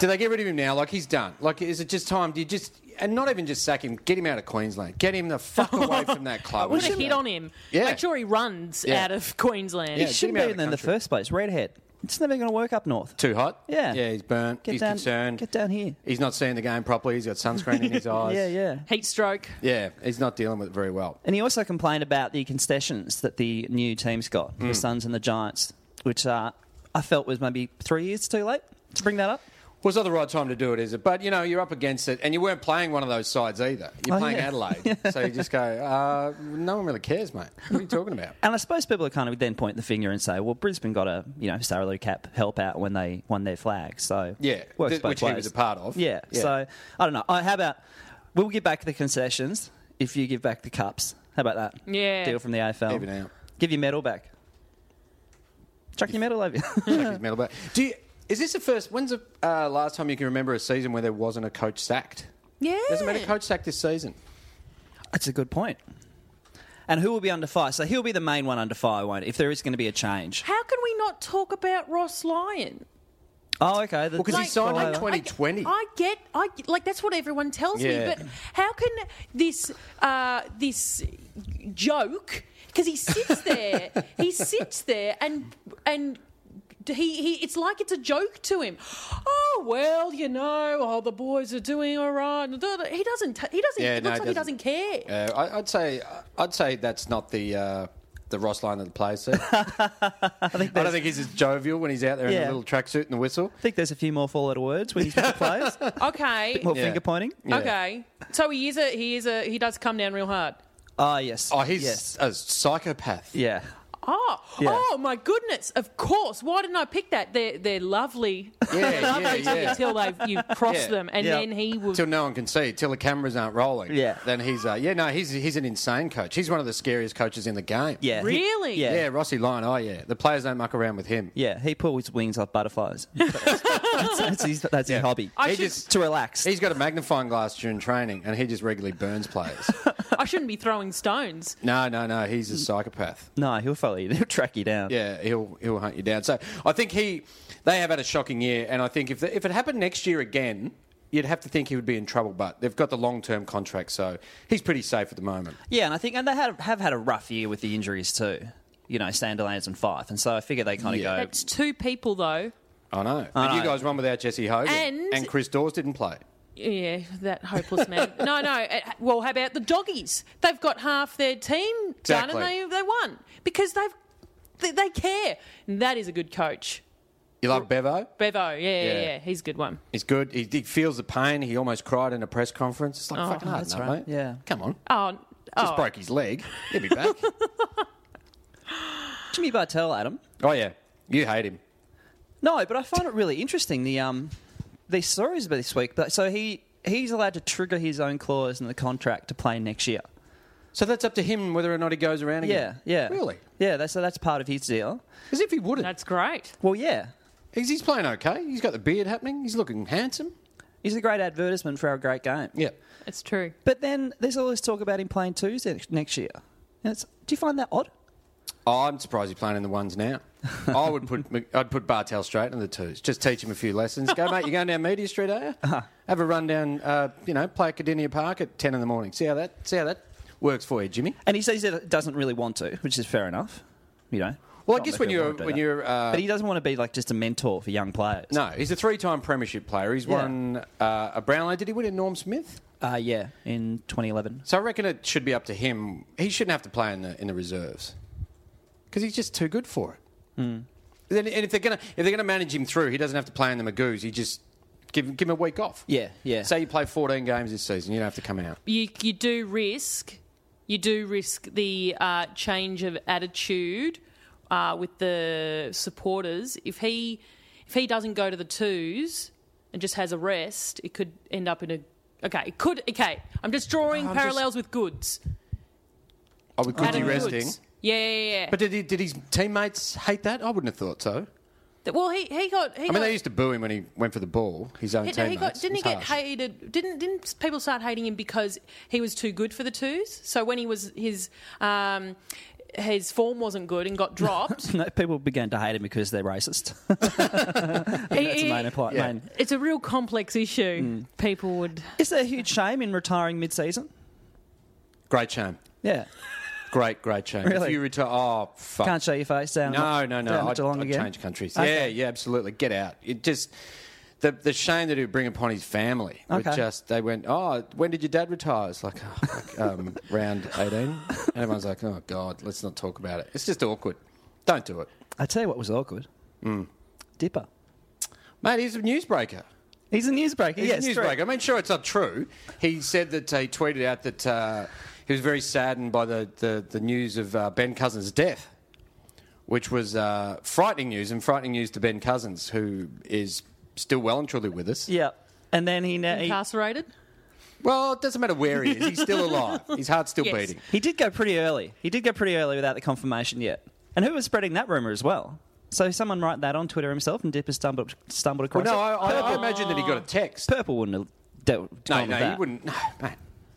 S2: Do they get rid of him now? Like he's done. Like is it just time? Do you just and not even just sack him? Get him out of Queensland. Get him the
S1: (laughs)
S2: fuck away from that club.
S3: Put a hit on him.
S2: Yeah.
S3: Make sure he runs
S2: Yeah.
S3: out of Queensland.
S2: Yeah,
S1: It
S2: get
S1: shouldn't
S2: him out
S1: be in
S2: of
S1: the
S2: the country.
S1: first place. Redhead. It's never going to work up north.
S2: Too hot.
S1: Yeah.
S2: Yeah, he's burnt.
S1: Get
S2: he's
S1: down-
S2: concerned.
S1: get down here.
S2: He's not seeing the game properly. He's got sunscreen
S1: (laughs)
S2: in his eyes.
S1: Yeah, yeah.
S3: Heat stroke.
S2: Yeah, he's not dealing with it very well.
S1: And he also complained about the concessions that the new teams got,
S2: Hmm.
S1: the Suns and the Giants, which uh, I felt was maybe three years too late to bring that up.
S2: Well, it's not the right time to do it, is it? But you know, you're up against it, and you weren't playing one of those sides either. You're
S1: Oh,
S2: playing
S1: yeah. (laughs)
S2: Adelaide, so you just go, uh, no one really cares, mate. What are you
S1: (laughs)
S2: talking about?
S1: And I suppose people are kind of then point the finger and say, well, Brisbane got a you know Saralu cap help out when they won their flag, so
S2: Yeah,
S1: works
S2: th-
S1: both
S2: which he
S1: ways.
S2: was a part of.
S1: Yeah,
S2: Yeah.
S1: so I don't know. Uh, how about we'll give back the concessions if you give back the cups? How about that?
S3: Yeah.
S1: deal from the AFL.
S2: Even out.
S1: Give your medal back. Chuck your medal over. you. (laughs)
S2: Chuck his medal back. Do you, is this the first? When's the uh, last time you can remember a season where there wasn't a coach sacked?
S3: Yeah.
S2: There's been a coach sacked this season.
S1: That's a good point. And who will be under fire? So he'll be the main one under fire, won't he? If there is going to be a change.
S3: How can we not talk about Ross Lyon?
S1: Oh, okay. Well,
S2: 'cause he signed in
S3: I-
S2: 2020.
S3: I, I get, I like that's what everyone tells me.
S2: Yeah.
S3: But how can this uh, this joke? Because he sits there, he sits there, and and he, he it's like it's a joke to him. Oh well, you know, oh the boys are doing all right. He doesn't, he doesn't.
S2: Yeah,
S3: it
S2: no,
S3: looks
S2: it
S3: like
S2: doesn't.
S3: he doesn't care.
S2: Uh, I, I'd say I'd say that's not the uh, the Ross line that the
S1: (laughs)
S2: players see. I, don't think he's as jovial when he's out there in
S1: Yeah.
S2: the little tracksuit and the whistle.
S1: I think there's a few more four letter words when he's
S2: (laughs)
S1: with the players.
S3: Okay.
S1: More
S2: Yeah.
S1: finger pointing.
S2: Yeah.
S3: Okay. So he is a he is a he does come down real hard.
S1: Ah, yes.
S2: Oh, he's
S1: Yes.
S2: a psychopath.
S1: Yeah.
S3: Oh,
S1: Yeah.
S3: oh my goodness! Of course. Why didn't I pick that? They're they're lovely
S2: yeah,
S1: (laughs)
S2: yeah. (laughs) yeah.
S3: until they have you cross
S2: Yeah.
S3: them, and
S1: Yeah.
S3: then he will.
S2: Till no one can see, till the cameras aren't rolling.
S1: Yeah.
S2: Then he's uh, yeah, no, he's he's an insane coach. He's one of the scariest coaches in the game.
S1: Yeah. He-
S3: Really?
S1: yeah.
S2: Yeah, Rossi Lyon, oh yeah. The players don't muck around with him.
S1: Yeah. He pulls wings like
S3: (laughs)
S1: butterflies. that's that's his, that's his
S2: Yeah.
S1: hobby.
S3: I
S2: he
S3: should-
S2: just
S1: to relax.
S2: he's got a magnifying glass during training and he just regularly
S1: (laughs)
S2: burns players.
S3: I shouldn't be throwing stones.
S2: no, no, no, he's a psychopath.
S1: No, he'll follow you. (laughs) He'll track you down.
S2: Yeah, he'll he'll hunt you down. So I think he they have had a shocking year, and I think if the, if it happened next year again, you'd have to think he would be in trouble. But they've got the long term contract, so he's pretty safe at the moment.
S1: Yeah, and I think and they had, have had a rough year with the injuries too. You know, Sanderlands and Fife, and so I figure they kind of go.
S2: Yeah.
S3: That's two people though.
S2: I know. But you
S1: know.
S2: guys won without Jesse Hogan,
S3: And-
S2: Chris Dawes didn't play.
S3: Yeah, that
S2: (laughs)
S3: hopeless man. no, no. uh, Well, how about the doggies? They've got half their team done,
S2: Exactly.
S3: and they they won because they've they, they care. And that is a good coach,
S2: You love Bevo.
S3: Bevo. Yeah, yeah,
S2: Yeah.
S3: yeah, He's a good one.
S2: He's good. He, he feels the pain. He almost cried in a press conference. It's like fucking hard,
S1: Oh, that's
S2: enough,
S1: right.
S2: mate.
S1: Yeah.
S2: come on.
S3: Oh, oh.
S2: Just broke his leg. He'll be
S3: (laughs)
S2: back.
S1: Jimmy Bartell, Adam.
S2: oh yeah, you hate him.
S1: No, but I find it really interesting the um these stories about this week. But so he he's allowed to trigger his own clause in the contract to play next year.
S2: So that's up to him whether or not he goes around
S1: Yeah,
S2: again.
S1: yeah,
S2: Really?
S1: yeah. That's, so that's part of his deal.
S2: As if he wouldn't.
S3: That's great.
S1: Well, yeah,
S2: He's, he's playing okay. He's got the beard happening. He's looking handsome.
S1: he's a great advertisement for our great game.
S2: Yeah.
S3: It's true.
S1: But then there's all this talk about him playing twos next- next year. And it's, do you find that odd?
S2: Oh, I'm surprised he's playing in the ones now. I
S1: (laughs)
S2: would put I'd put Bartel straight in the twos. Just teach him a few lessons. Go, mate. You're going down Media Street, are you?
S1: Uh-huh.
S2: Have a run down. Uh, you know, play at Cadinia Park at ten in the morning. See how that see how that works for you, Jimmy.
S1: And he says that he doesn't really want to, which is fair enough. You know.
S2: Well, I
S1: Not
S2: guess
S1: if
S2: when
S1: he
S2: you're
S1: wanted to do
S2: when
S1: that.
S2: you're uh,
S1: But he doesn't want to be like just a mentor for young players.
S2: no, he's a three-time premiership player. He's
S1: Yeah.
S2: won uh, a Brownlow. Did he win a Norm Smith?
S1: Uh, yeah, in 2011.
S2: So I reckon it should be up to him. He shouldn't have to play in the in the reserves because he's just too good for it. Then, and if they're gonna if they're gonna manage him through, he doesn't have to play in the Magoos. He just give him- give him a week off.
S1: Yeah, yeah.
S2: Say you play 14 games this season, you don't have to come out.
S3: You you do risk, you do risk the uh, change of attitude uh, with the supporters. If he if he doesn't go to the twos and just has a rest, it could end up in a okay. It could okay. I'm just drawing
S2: I'm just-
S3: parallels with goods.
S2: I would good
S3: Adam
S2: you
S3: Goods.
S2: resting.
S3: Yeah, yeah, yeah.
S2: But did he, did his teammates hate that? I wouldn't have thought so.
S3: Th- well, he he got he
S2: I
S3: got,
S2: mean, they used to boo him when he went for the ball. His own
S3: he, no,
S2: teammates.
S3: he got
S2: It
S3: didn't he
S2: was
S3: get
S2: harsh.
S3: hated? Didn't didn't people start hating him because he was too good for the twos? So when he was his um, his form wasn't good and got
S1: (laughs)
S3: dropped.
S1: No, people began to hate him because they're racist. (laughs) That's the main, impli-
S2: Eh, Yeah.
S1: main.
S3: It's a real complex issue. People would.
S1: Is there a huge shame in retiring mid-season?
S2: Great shame.
S1: Yeah,
S2: Great, great shame. If
S1: Really?
S2: you retire, oh fuck.
S1: can't show your face down.
S2: No, no, no.
S1: Down at
S2: I'd,
S1: Geelong
S2: I'd
S1: again.
S2: change countries.
S1: Okay.
S2: Yeah, yeah, absolutely. Get out. It just the the shame that it would bring upon his family. would
S1: Okay.
S2: Just they went. Oh, when did your dad retire? It's like, oh,
S1: (laughs)
S2: like, um, round eighteen, and everyone's like, oh god, let's not talk about it. It's just awkward. Don't do it,
S1: I tell you what was awkward.
S2: Mm.
S1: Dipper.
S2: mate. He's a newsbreaker.
S1: He's a newsbreaker.
S2: He's
S1: yes,
S2: a
S1: true.
S2: newsbreaker. I mean, sure, it's not true. He said that uh, he tweeted out that uh, he was very saddened by the, the, the news of uh, Ben Cousins' death, which was uh, frightening news and frightening news to Ben Cousins, who is still well and truly with us.
S1: Yeah, and then he, now he
S3: Incarcerated?
S2: Well, it doesn't matter where he is,
S1: (laughs)
S2: he's still alive. His heart's still
S3: Yes.
S2: beating.
S1: he did go pretty early. He did go pretty early without the confirmation yet. And who was spreading that rumor as well? So someone wrote that on Twitter himself, and Dipper stumbled stumbled
S2: Well,
S1: across
S2: no,
S1: it.
S2: I, I, I imagine that he got a text.
S1: Purple wouldn't have dealt.
S2: No,
S1: gone
S2: no,
S1: with that.
S2: he wouldn't. No, mate.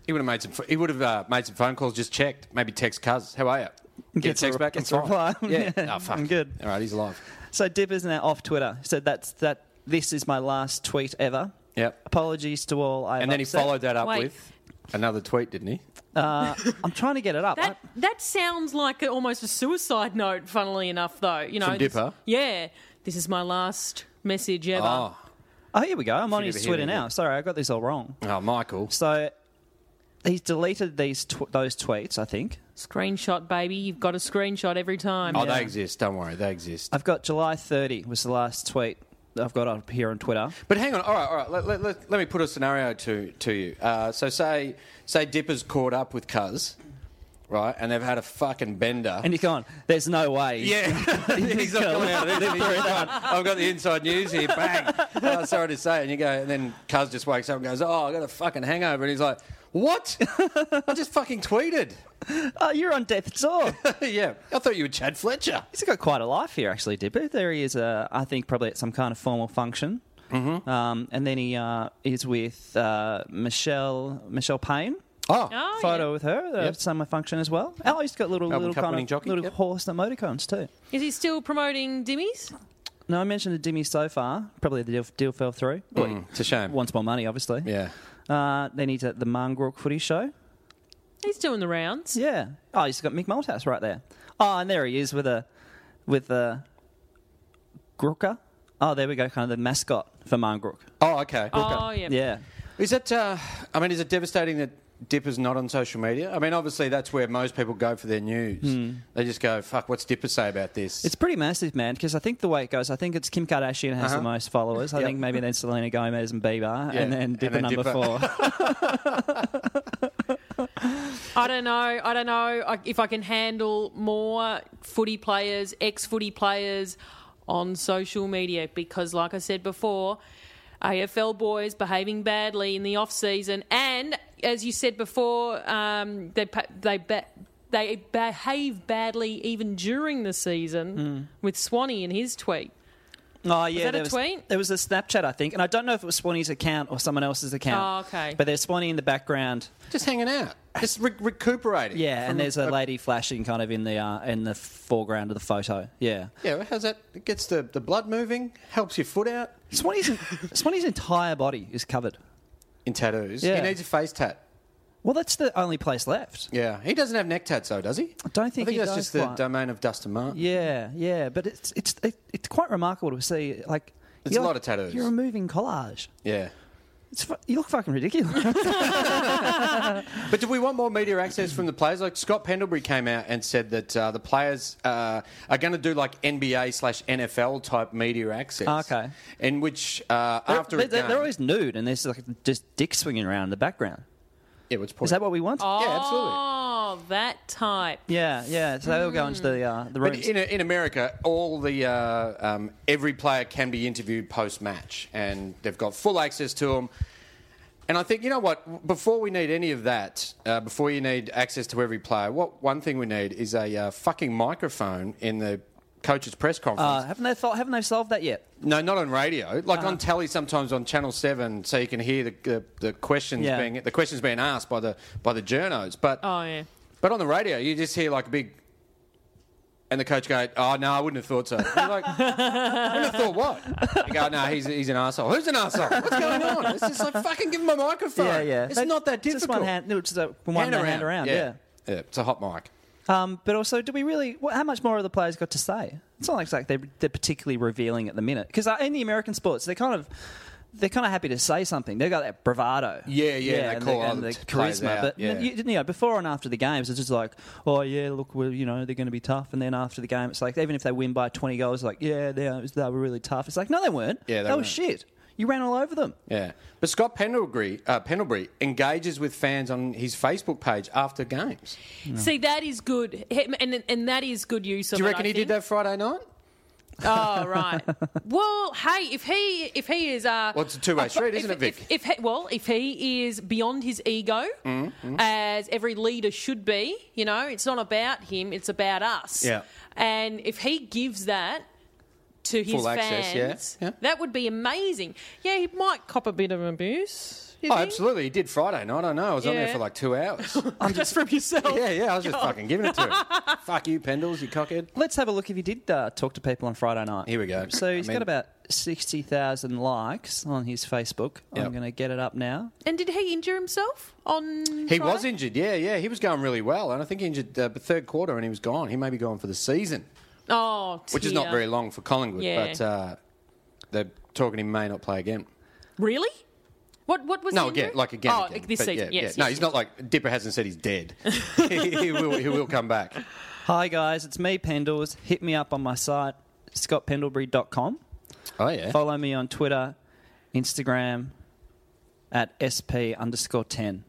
S2: He would have made some. He would have uh, made some phone calls, just checked, maybe text Cuz, how are you?
S1: Gets a
S2: text
S1: re-
S2: back.
S1: gets
S2: I'm
S1: a
S2: fine.
S1: reply.
S2: Yeah,
S1: (laughs) Yeah,
S2: Oh, fuck.
S1: I'm good.
S2: All right, he's alive.
S1: So Dipper's now off Twitter. He said that's that. This is my last tweet ever.
S2: Yep.
S1: Apologies to all. I
S2: And then he followed that up
S3: Wait.
S2: with another tweet, didn't he?
S1: I'm trying to get it up.
S3: That that sounds like a, almost a suicide note. Funnily enough, though, you know,
S2: From
S3: this-
S2: Dipper?
S3: yeah, this is my last message ever.
S1: oh, here we go. I'm on
S2: you
S1: his
S2: never hear
S1: Twitter
S2: anything.
S1: now. Sorry, I got this all wrong.
S2: Oh, Michael.
S1: So he's deleted these tw- those tweets. I think
S3: Screenshot, baby. You've got a screenshot every time.
S2: Oh, they exist. Don't worry, they exist.
S1: I've got July 30 was the last tweet I've got up here on Twitter.
S2: But hang on, all right, all right. Let, let, let, let me put a scenario to to you. Uh, so say say Dipper's caught up with Cuz, right, and they've had a fucking bender.
S1: And you're going, there's no way. (laughs)
S2: yeah, he's not coming out of this. He's going, I've got the inside news here. Bang! Oh, sorry to say, and you go, and then Cuz just wakes up and goes, "Oh, I got a fucking hangover," and he's like, "What? I just fucking tweeted." (laughs)
S1: Oh, you're on death's door.
S2: yeah, I thought you were Chad Fletcher.
S1: He's got quite a life here, actually, Dipper. There he is, uh, I think, probably at some kind of formal function. Mm-hmm. Um, and then he uh, is with uh, Michelle Michelle Payne.
S2: Oh,
S3: Oh,
S1: Photo with her at
S2: Yep.
S1: summer function as well. Oh, he's got little
S2: Melbourne
S1: little
S2: Cup
S1: kind
S2: winning
S1: of
S2: jockey,
S1: little
S2: yep.
S1: horse emoticons too.
S3: yeah. Is he still promoting Dimmies?
S1: No, I mentioned the Dimmy so far. Probably the deal, deal fell through. Well, he
S2: it's a shame.
S1: wants more money, obviously.
S2: Mm. Yeah.
S1: Uh, then he's at the Mangrook Footy Show.
S3: He's doing the rounds.
S1: Yeah. Oh, he's got Mick Malthouse right there. Oh, and there he is with a with a Grooker. Oh, there we go. Kind of the mascot for Mangrook.
S2: Oh, okay.
S3: Oh, yeah.
S1: Yeah.
S2: Is it? Uh, I mean, is it devastating that Dipper's not on social media? I mean, obviously that's where most people go for their news. They just go, "Fuck, what's Dipper say about this?"
S1: Hmm. It's pretty massive, man, because I think the way it goes, I think it's Kim Kardashian has the
S2: Uh-huh.
S1: most followers. I
S2: Yep.
S1: think maybe then Selena Gomez and Bieber,
S2: Yeah,
S1: and then
S2: and
S1: Dipper
S2: then
S1: number
S2: Dipper.
S1: four.
S3: I don't know. I don't know I- if I can handle more footy players, ex footy players on social media because, like I said before, AFL boys behaving badly in the off season, and as you said before, um, they pa- they ba- they behave badly even during the season
S2: Hmm.
S3: with Swanee in his tweet.
S1: Oh yeah,
S3: that a
S1: there was,
S3: tweet?
S1: There was a Snapchat, I think, and I don't know if it was Swanee's account or someone else's account.
S3: Oh, okay.
S1: But there's Swanee in the background,
S2: just hanging out, just re- recuperating.
S1: yeah,
S2: from
S1: and there's a lady flashing kind of in the uh, in the foreground of the photo, yeah.
S2: Yeah, well, how's that? It gets the, the blood moving, helps your foot out
S1: (laughs) Swanee's Swanee's entire body is covered.
S2: in tattoos.
S1: Yeah.
S2: He needs a face tat.
S1: Well, that's the only place left.
S2: Yeah, he doesn't have neck tats though, does he? I
S1: don't think
S2: I think
S1: he
S2: that's
S1: does
S2: just the
S1: quite.
S2: domain of Dustin Martin.
S1: Yeah, yeah, but it's it's it, it's quite remarkable to see. Like,
S2: It's
S1: you're
S2: a lot
S1: like-
S2: of tattoos.
S1: You're removing collage.
S2: Yeah.
S1: It's fu- you look fucking ridiculous.
S2: But do we want more media access from the players? Like Scott Pendlebury came out and said that uh, the players uh, are going to do like NBA slash NFL type media access.
S1: Ah, Okay.
S2: In which uh,
S1: (laughs)
S2: after
S1: they're,
S2: a game,
S1: they're always nude, and there's like just dick swinging around in the background.
S2: yeah, what's
S1: Is
S2: point?
S1: that what we want?
S2: Yeah, absolutely.
S3: Oh, that type.
S1: Yeah, yeah. So they'll go into the uh, the
S2: But
S1: rooms.
S2: in, in America, all the uh, um, every player can be interviewed post match, and they've got full access to them. And I think you know what? Before we need any of that, uh, before you need access to every player, what one thing we need is a uh, fucking microphone in the coach's press conference.
S1: uh, haven't they thought, haven't they solved that yet?
S2: No, not on radio. Like
S1: Uh-huh.
S2: on telly, sometimes on Channel Seven, so you can hear the the, the questions
S1: Yeah.
S2: being the questions being asked by the by the journos. But
S3: Oh, yeah.
S2: but on the radio, you just hear like a big, and the coach go, "Oh no, I wouldn't have thought so." You're like, (laughs) wouldn't have thought what? You go, "No, he's he's an asshole. Who's an asshole? What's going on?" It's just like fucking give him a microphone.
S1: Yeah, yeah.
S2: It's
S1: They-
S2: not that difficult.
S1: Just one hand, no, just uh, one hand around. yeah.
S2: yeah, It's a hot mic.
S1: Um, but also, do we really? What, how much more have the players got to say? It's not like, it's like they're, they're particularly revealing at the minute because in the American sports, they're kind of they're kind of happy to say something. They've got that bravado.
S2: Yeah, yeah, they
S1: and,
S2: call
S1: the,
S2: other
S1: and the
S2: t- players
S1: charisma.
S2: out,
S1: But
S2: yeah.
S1: you, you know, before and after the games, it's just like, oh yeah, look, we're, you know, they're going to be tough. And then after the game, it's like even if they win by twenty goals, like yeah, they, are- they were really tough. It's like no, they weren't.
S2: Yeah, they
S1: that
S2: weren't.
S1: was shit. You ran all over them.
S2: Yeah, but Scott Pendlebury, uh, Pendlebury engages with fans on his Facebook page after games.
S3: See, that is good. Him- And, and that is good use of
S2: Do you
S3: it,
S2: reckon
S3: I
S2: he
S3: think.
S2: did that Friday night?
S3: Oh right. well, hey, if he if he is uh,
S2: Well, it's a two-way
S3: if-
S2: street, isn't
S3: if-
S2: it, Vic?
S3: If, if he, well, if he is beyond his ego,
S2: Mm-hmm.
S3: as every leader should be, you know, it's not about him; it's about us.
S2: Yeah.
S3: And if he gives that to his
S2: Full access,
S3: fans,
S2: yeah, yeah.
S3: that would be amazing. Yeah, he might cop a bit of abuse. you
S2: Oh,
S3: think?
S2: absolutely. He did Friday night. I know. I was on there
S3: Yeah.
S2: for like two (laughs) hours.
S3: Just from yourself.
S2: yeah, yeah. I was just fucking giving it to (laughs) him. Fuck you, Pendles, you cockhead.
S1: Let's have a look if he did uh, talk to people on Friday night.
S2: Here we go.
S1: So
S2: I
S1: he's
S2: mean-
S1: got about 60,000 likes on his Facebook. I'm
S2: Yep.
S1: going to get it up now.
S3: And did he injure himself on?
S2: He
S3: Friday?
S2: was injured. Yeah, yeah. He was going really well, and I think he injured uh, the third quarter, and he was gone. He may be gone for the season,
S3: Oh,
S2: which is not
S3: dear.
S2: very long for Collingwood.
S3: Yeah.
S2: But uh, they're talking he may not play again.
S3: Really? What what was
S2: No,
S3: Andrew?
S2: again, like again.
S3: Oh,
S2: again.
S3: this
S2: But
S3: season.
S2: yeah,
S3: yes,
S2: yeah. No,
S3: yes,
S2: he's not like Dipper hasn't said he's (laughs) dead. he, will, he will come back.
S1: Hi guys, it's me Pendles. Hit me up on my site scottpendlebury.com.
S2: Oh yeah.
S1: Follow me on Twitter, Instagram at sp underscore ten.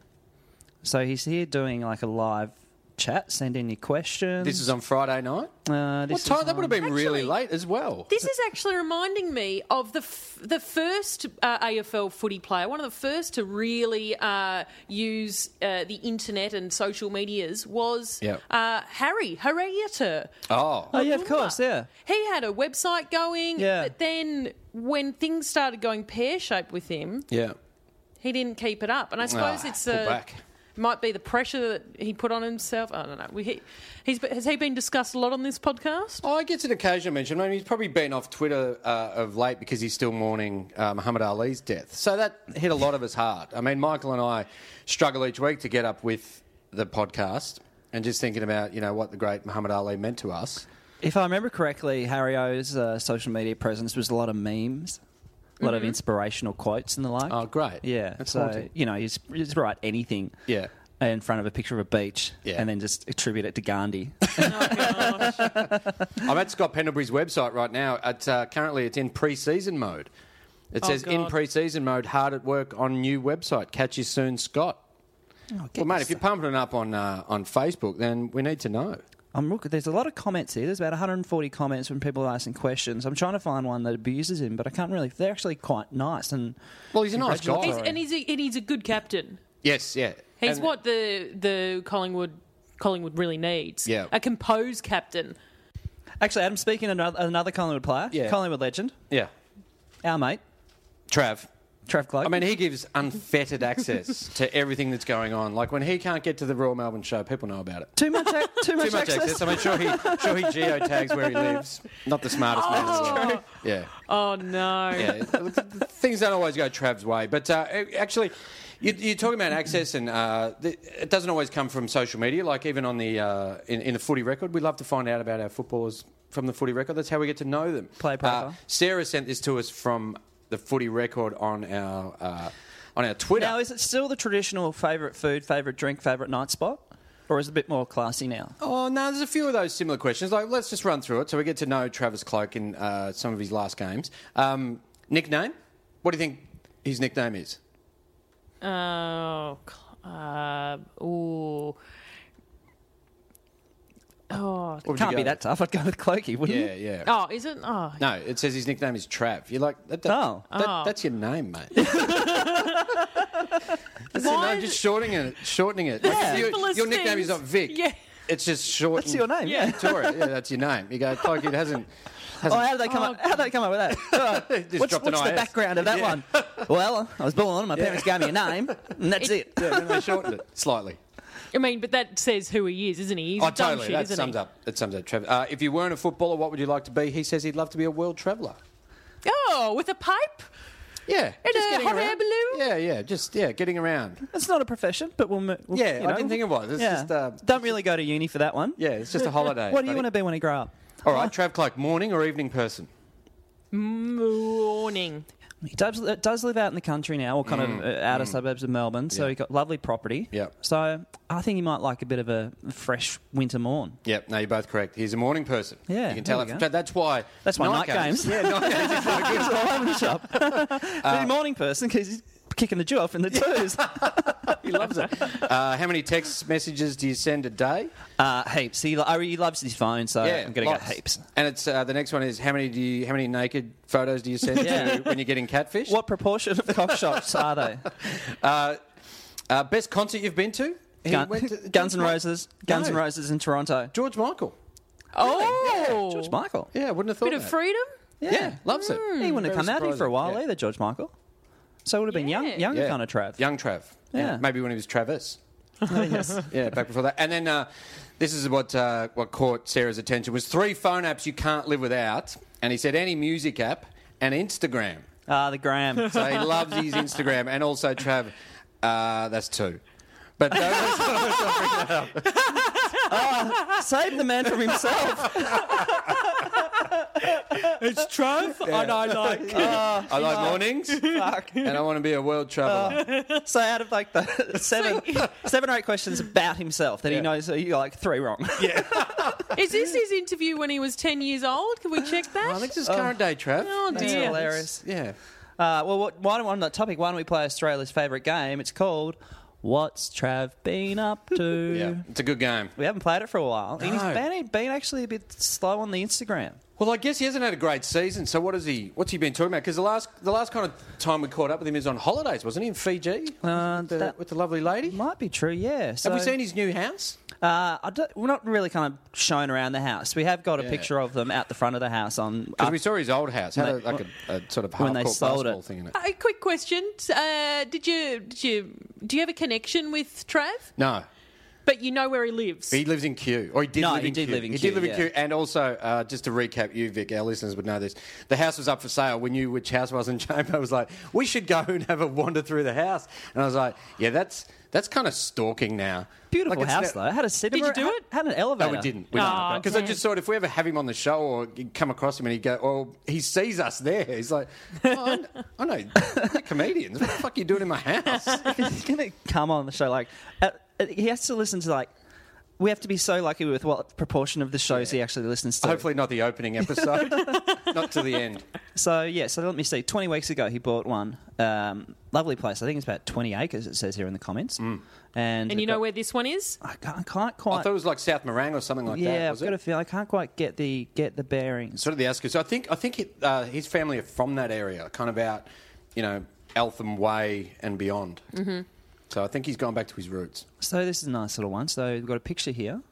S1: So he's here doing like a live chat. Send in your questions.
S2: This is on Friday night.
S1: Uh,
S2: What
S1: this
S2: time?
S1: is
S2: That would have been really
S3: Actually-
S2: late as well.
S3: This is actually reminding me of the f- the first uh, AFL footy player, one of the first to really uh, use uh, the internet and social medias was
S2: Yep.
S3: uh, Harry Harrieter.
S2: Oh,
S1: Oh yeah, of course, yeah.
S3: He had a website going,
S1: Yeah.
S3: but then when things started going pear shaped with him,
S2: yeah.
S3: he didn't keep it up. And I suppose
S2: Ah,
S3: it's
S2: pull
S3: a,
S2: back.
S3: might be the pressure that he put on himself. I don't know. We, he, he's, has he been discussed a lot on this podcast?
S2: Oh, I gets an occasional mention. I mean, he's probably been off Twitter uh, of late because he's still mourning uh, Muhammad Ali's death. So that hit a lot of us hard. I mean, Michael and I struggle each week to get up with the podcast and just thinking about you know what the great Muhammad Ali meant to us.
S1: If I remember correctly, Harry O's uh, social media presence was a lot of memes, a lot of inspirational quotes and the like.
S2: Mm-hmm. Oh, great.
S1: Yeah.
S2: That's
S1: so,
S2: haunting.
S1: you know, he's, he's write anything.
S2: Yeah.
S1: In front of a picture of a beach,
S2: Yeah.
S1: and then just attribute it to
S2: (laughs)
S1: Gandhi.
S2: I'm at Scott Pendlebury's website right now. At, uh, currently, it's in pre-season mode. It says in
S3: God.
S2: pre-season mode, hard at work on new website. Catch you soon, Scott.
S1: Oh,
S2: well, mate, if you're pumping it up on uh, on Facebook, then we need to know.
S1: I'm look. There's a lot of comments here. There's about 140 comments when people are asking questions. I'm trying to find one that abuses him, but I can't really. They're actually quite nice and
S2: Well, he's a nice guy.
S3: He's,
S1: Congratulations.
S3: and, he's a, and he's a good captain.
S2: Yes, yeah.
S3: He's
S2: And-
S3: what the the Collingwood Collingwood really needs.
S2: Yeah.
S3: a composed captain.
S1: actually, Adam speaking another, another Collingwood player,
S2: Yeah.
S1: Collingwood legend,
S2: Yeah,
S1: our mate
S2: Trav.
S1: Trav Cloak.
S2: I mean, he gives unfettered access to everything that's going on. Like when he can't get to the Royal Melbourne Show, people know about it.
S1: too much,
S2: (laughs)
S1: ac- too much,
S2: Too much access. I mean, sure he sure he geotags where he lives. Not the smartest man in the world. Yeah.
S3: Oh no!
S2: (laughs) yeah, things don't always go Trav's way. But uh, actually, you, you're talking about access, and uh, th- it doesn't always come from social media. Like even on the uh, in, in the footy record, we love to find out about our footballers from the footy record. That's how we get to know them.
S1: Player profile.
S2: Uh, Sarah sent this to us from the footy record on our uh, on our Twitter.
S1: Now, is it still the traditional favourite food, favourite drink, favourite night spot, or is it a bit more classy now?
S2: Oh no, there's a few of those similar questions. Like, let's just run through it so we get to know Travis Cloak in uh, some of his last games. Um, nickname? What do you think his nickname is?
S3: (laughs) Oh, cl- uh, ooh. Oh,
S2: What would you
S1: Can't
S2: go
S1: be
S2: with?
S1: that tough. I'd go with Clokey, wouldn't
S2: Yeah,
S1: it?
S2: yeah.
S3: oh, is it? Oh,
S2: No, it says his nickname is Trav. You're like, that, that,
S1: Oh.
S2: that-
S3: Oh.
S2: that's your name, mate. that's your
S3: Why
S2: name,
S3: is
S2: just shortening it. Shortening it. Like,
S3: The
S2: if you-
S3: simplest
S2: your nickname is not
S3: things.
S2: Vic.
S3: Yeah.
S2: It's just short.
S1: That's your name, yeah.
S2: Victoria. Yeah, that's your name. You go, like, it hasn't.
S1: Oh,
S2: hasn't
S1: how did they come up? How did they come up with that?
S2: Oh, (laughs) Just
S1: what's
S2: dropped an
S1: what's the
S2: IS.
S1: background of that
S2: Yeah. (laughs)
S1: one? Well, I was born. My parents gave me a name, and that's it. (laughs)
S2: yeah, then they shortened it slightly.
S3: I mean, but that says who he is, isn't he? He's
S2: Oh,
S3: a dumb
S2: totally.
S3: shit,
S2: that
S3: isn't
S2: sums
S3: he?
S2: up. That sums up, Trav. Uh, if you weren't a footballer, what would you like to be? He says he'd love to be a world traveller.
S3: Oh, with a pipe.
S2: Yeah.
S3: In
S2: just
S3: a
S2: getting
S3: hot air
S2: around.
S3: balloon?
S2: Yeah, yeah. Just, yeah, getting around.
S1: It's not a profession, but we'll. mo- we'll
S2: Yeah,
S1: you
S2: I
S1: know,
S2: didn't think it was. It's
S1: yeah.
S2: just, uh,
S1: Don't really go to uni for that one.
S2: Yeah, it's just a holiday.
S1: What do you
S2: buddy.
S1: want to be when you grow up?
S2: All right, Trav Clark, morning or evening person?
S3: Morning.
S1: He does, uh, does live out in the country now, or kind
S2: Mm,
S1: of uh, outer suburbs of Melbourne. So he got lovely property.
S2: Yep.
S1: So I think he might like a bit of a fresh winter morn.
S2: Yep, no, you're both correct. He's a morning person.
S1: Yeah,
S2: you can tell
S1: there
S2: that.
S1: we
S2: from
S1: go.
S2: Trav. That's why.
S1: That's why night games.
S2: (laughs) Yeah, night games is so good.
S1: He's all over the
S2: (laughs)
S1: shop.
S2: Uh,
S1: But he's a morning person because he's kicking the Jew off in the twos.
S2: (laughs) He loves it.
S1: (laughs)
S2: Uh, how many text messages do you send a day?
S1: uh, heaps. He, lo- oh, he loves his phone, so Uh, I'm going to
S2: lots.
S1: go heaps.
S2: And it's uh, the next one is how many do you, how many naked photos do you send
S1: Yeah.
S2: to when you're getting catfish?
S1: What proportion of
S2: (laughs)
S1: cock shops are they?
S2: Uh, uh, best concert you've been to? He
S1: Gun-
S2: went to-
S1: (laughs) Guns N'
S2: George Mi-
S1: Roses. Guns N'
S2: No.
S1: Roses in Toronto.
S2: George Michael.
S3: Oh,
S1: George Michael.
S2: Yeah, wouldn't have thought
S3: bit of
S2: that.
S3: freedom.
S2: Yeah, loves it.
S1: He wouldn't have
S2: Very
S1: come out here for a
S2: surprising,
S1: while
S2: yeah.
S1: either, George Michael. So it would have been
S3: Yeah.
S1: young, younger
S2: Yeah.
S1: kind of Trav. (laughs)
S2: Young Trav.
S1: Yeah.
S2: Maybe when he was Travis. (laughs) Yeah, back before that. And then uh, this is what uh, what caught Sarah's attention was three phone apps you can't live without. And he said any music app and Instagram.
S1: Ah, the Graham.
S2: So
S1: (laughs)
S2: he loves his Instagram and also Trav. Uh, that's two. But those
S1: (laughs)
S2: (laughs)
S1: Save the man from himself.
S3: It's truth, and I
S1: (laughs)
S3: like
S2: I like mornings, and I want to be a world traveler.
S1: Oh. So out of like
S2: (laughs)
S1: the (laughs) seven, seven or eight questions about himself that he
S2: Yeah.
S1: knows, you got like three wrong.
S3: Is this his interview when he was 10 years old? Can we check that?
S2: I think this is current day, Trav.
S3: oh,
S1: That's
S3: dear.
S1: hilarious.
S2: Yeah.
S1: Uh, well, what, why don't, on that topic, why don't we play Australia's favourite game? It's called What's Trav Been Up To?
S2: (laughs) Yeah. It's a good game.
S1: We haven't played it for a while. And he's
S2: No.
S1: been, been actually a bit slow on the Instagram.
S2: Well, I guess he hasn't had a great season. So what is he? What's he been talking about? Because the last the last kind of time we caught up with him is on holidays, wasn't he? In Fiji
S1: Uh,
S2: with, the,
S1: that-
S2: with the lovely lady.
S1: Might be true, yeah. So,
S2: Have we seen his new house?
S1: Uh, I don't, we're not really kind of shown around the house. We have got a
S2: Yeah.
S1: picture of them at the front of the house on
S2: Because we saw his old house had a,
S1: Mate,
S2: like a, a sort of
S1: when
S2: half
S1: they
S2: court
S1: sold
S2: basketball
S1: it.
S2: thing in it.
S3: A quick question. Uh, did you did you do you have a connection with Trav?
S2: No,
S3: But you know where he lives.
S2: he lives in Kew, or he did.
S1: No,
S2: live
S1: he
S2: in
S1: did
S2: Kew.
S1: live in
S2: he
S1: Kew,
S2: did live
S1: yeah.
S2: in Kew, and also uh, just to recap, you Vic, our listeners would know this. The house was up for sale. We knew which house (laughs) was, and Chamber was like, "We should go and have a wander through the house." And I was like, "Yeah, that's that's kind of stalking now."
S1: beautiful
S2: Like, it's
S1: house
S2: ne-
S1: though. Had a cinema.
S3: you do
S1: had-
S3: it?
S1: Had an elevator.
S2: No, we didn't. We
S3: Oh,
S2: didn't. Because I
S3: damn.
S2: just thought if we ever have him on the show or come across him and he go, oh, he sees us there. He's like, oh, I kn- I know, you're comedians. What the fuck are you doing in
S1: (laughs)
S2: my house?
S1: he's going to come on the show like uh, uh, he has to listen to like we have to be so lucky with what proportion of the shows he actually listens to.
S2: Hopefully not the opening
S1: (laughs)
S2: episode, not to the end.
S1: So yeah, so let me see. Twenty weeks ago, he bought one um, lovely place. I think it's about twenty acres. It says here in the comments. And
S3: and you know where this one is?
S1: I can't, I can't
S2: Mm. I
S1: quite.
S2: thought it was like South Morang or something like that.
S1: yeah, I've
S2: was
S1: got a
S2: it?
S1: feel. I can't quite get the get the bearings.
S2: Sort of the outskirts. So I think I think it, uh, his family are from that area, kind of out, you know, Eltham Way and beyond. Mm-hmm. So I think he's gone back to his roots.
S1: So this is a nice little one. So we've got a picture here.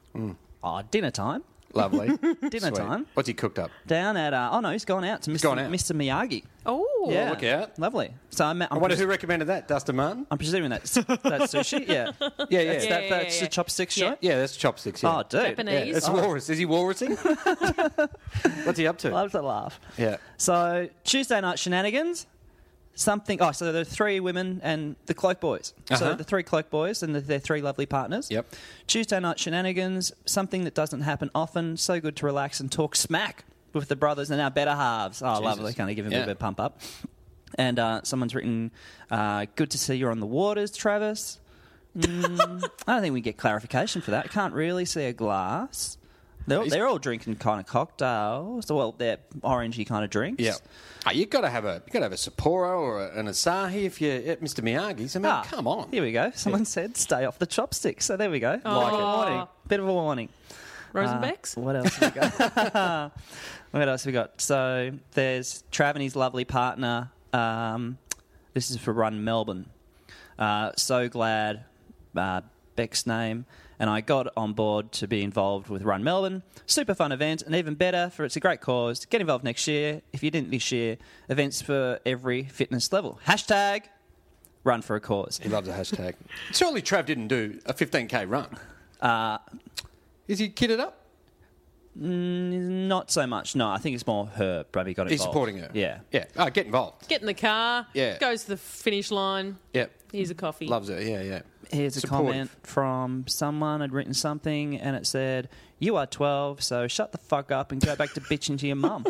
S1: Ah, dinner time. (laughs)
S2: Lovely.
S1: Dinner
S2: Mm. Sweet.
S1: time.
S2: What's he cooked up?
S1: Down at uh, oh no, he's gone out to Mr.
S2: gone out.
S1: Mr. Miyagi.
S3: Oh,
S1: yeah,
S2: look out.
S1: Lovely. So I'm, I'm
S2: I wonder who recommended that, Dustin Martin?
S1: I'm presuming that's that's
S3: (laughs)
S1: sushi. Yeah,
S2: Yeah, yeah.
S1: That's, that,
S3: Yeah, yeah,
S1: that's
S3: yeah,
S1: the
S3: yeah.
S1: chopsticks
S3: Yeah.
S1: shot.
S2: Yeah, that's chopsticks. Yeah.
S1: Oh, dude.
S3: Japanese.
S2: Yeah, it's
S3: Oh.
S2: walrus. Is
S1: (laughs)
S2: he walrusing? What's he up to?
S1: Love to laugh.
S2: Yeah.
S1: So Tuesday night shenanigans. Something. Oh, so there are three women and the cloak boys. So
S2: Uh-huh.
S1: the three cloak boys and the, their three lovely partners.
S2: Yep.
S1: Tuesday night shenanigans. Something that doesn't happen often. So good to relax and talk smack with the brothers and our better halves. Oh, lovely. Kind of giving me a
S2: Yeah.
S1: bit of pump up. And uh, someone's written, uh, "Good to see you're on the waters, Travis." I don't think we get clarification for that. Can't really see a glass. They're, they're all drinking kind of cocktails. Well, they're orangey kind of drinks.
S2: Yeah. Oh, you got to have a you got to have a Sapporo or a, an Asahi if you're at Mr Miyagi's. I mean,
S1: Ah,
S2: Oh, come on.
S1: Here we go. Someone said, stay off the chopsticks. So there we go.
S3: Like it.
S1: Warning. Bit of a warning.
S3: Rosenbeck's.
S1: Uh, What else have we got? what else have we got? So there's Trav and his lovely partner. Um, this is for Run Melbourne. Uh, so glad uh, Beck's name. And I got on board to be involved with Run Melbourne. Super fun event, and even better, for it's a great cause. Get involved next year. If you didn't this year, events for every fitness level. Hashtag run for a cause.
S2: He loves a hashtag. Surely Trav didn't do a 15k run.
S1: Uh,
S2: Is he kidded up?
S1: Not so much. No, I think it's more her. Probably got involved.
S2: He's supporting her.
S1: Yeah.
S2: Yeah. Oh, get involved.
S3: Get in the car.
S2: Yeah.
S3: Goes to the finish line.
S2: Yeah.
S3: Here's a coffee.
S2: Loves it. Yeah, yeah.
S1: Here's a
S2: Supportive.
S1: comment from someone had written something and it said, You are 12, so shut the fuck up and go back to bitching to your
S2: (laughs)
S1: mum.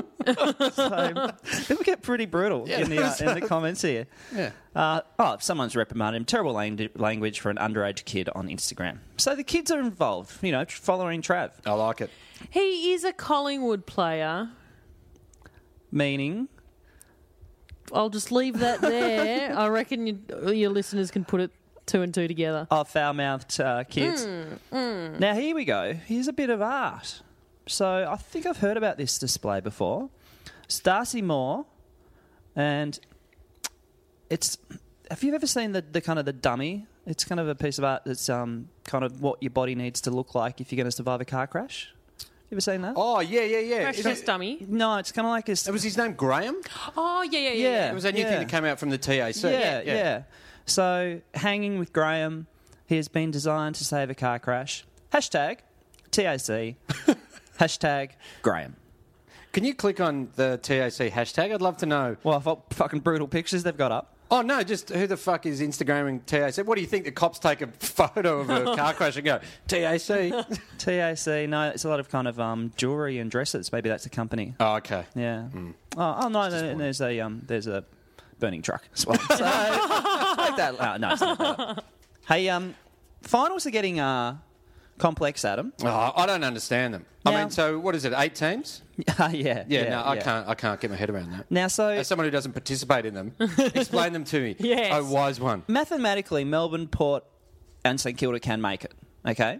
S1: so people get pretty brutal in, the, uh, in the comments here.
S2: Yeah.
S1: Uh, oh, someone's reprimanded him. Terrible lang- language for an underage kid on Instagram. So the kids are involved, you know, following Trav.
S2: I like it.
S3: He is a Collingwood player.
S1: Meaning,
S3: I'll just leave that there. I reckon you, your listeners can put it two and two together.
S1: oh, foul mouthed uh, kids. Now, here we go. Here's a bit of art. So I think I've heard about this display before. Stacy Moore, and it's. Have you ever seen the, the kind of the dummy? It's kind of a piece of art that's um, kind of what your body needs to look like if you're going to survive a car crash. You ever seen that?
S2: Oh, yeah, yeah, yeah.
S3: Crash
S2: Is
S3: test
S2: it,
S3: dummy.
S1: No, it's kind of like this.
S2: was his name Graham?
S3: Oh yeah, yeah, yeah.
S1: Yeah.
S3: yeah.
S2: It was that new
S1: Yeah.
S2: thing that came out from the TAC.
S1: yeah, yeah, So hanging with Graham, he has been designed to save a car crash. Hashtag (laughs) TAC. hashtag Graham.
S2: Can you click on the TAC hashtag? I'd love to know
S1: Well, I thought fucking brutal pictures they've got up.
S2: Oh no! Just who the fuck is Instagramming TAC? What do you think the cops take a photo of a car crash and go TAC?
S1: TAC. No, it's a lot of kind of um, jewelry and dresses. Maybe that's a company.
S2: oh, okay.
S1: Yeah. Oh, oh no, there- there's a um, there's a burning truck as (laughs) well. So, like that. Oh, no, it's not that. hey, um, finals are getting uh, complex, Adam.
S2: Oh, I don't understand them. I
S1: Now-
S2: mean, so what is it? Eight teams?
S1: yeah, (laughs) yeah.
S2: Yeah, no, I
S1: yeah.
S2: can't. I can't get my head around that.
S1: Now, so
S2: As someone who doesn't participate in them, explain them to me.
S3: Yes.
S2: Oh, wise one.
S1: mathematically, Melbourne, Port, and St Kilda can make it. Okay.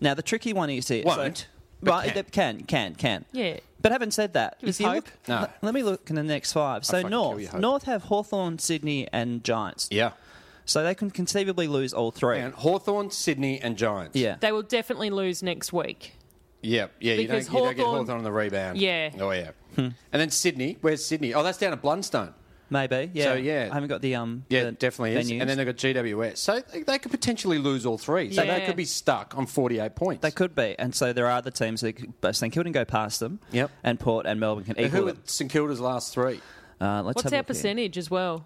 S1: Now the tricky one is here.
S2: Won't, but
S1: right?
S2: can.
S1: They can, can, can.
S3: Yeah.
S1: But having said that,
S3: Give us
S1: if you
S3: hope.
S1: look,
S2: No.
S1: let- let me look in the next five. So
S2: fucking kill your
S1: North,
S2: hope.
S1: North have Hawthorn, Sydney, and Giants.
S2: Yeah.
S1: So they can conceivably lose all three.
S2: And Hawthorne, Sydney, and Giants.
S1: Yeah.
S3: They will definitely lose next week.
S2: Yep. Yeah. You don't,
S3: Because
S2: you don't get
S3: Hawthorn-
S2: Hawthorne on the rebound.
S3: Yeah.
S2: Oh yeah. And then Sydney. Where's Sydney? Oh, that's down at Blundstone.
S1: Maybe. Yeah.
S2: So, yeah.
S1: I haven't got the um.
S2: Yeah,
S1: the
S2: definitely is.
S1: venues.
S2: And then they've got GWS. So they, they could potentially lose all three. So
S3: Yeah.
S2: they could be stuck on 48 points.
S1: they could be, and so there are the teams that could- but St Kilda can go past them.
S2: Yep.
S1: And Port and Melbourne can
S2: Who
S1: equal
S2: were
S1: them.
S2: St Kilda's last three?
S1: Uh, let's
S3: What's
S1: have a
S3: our
S1: look here.
S3: percentage as well?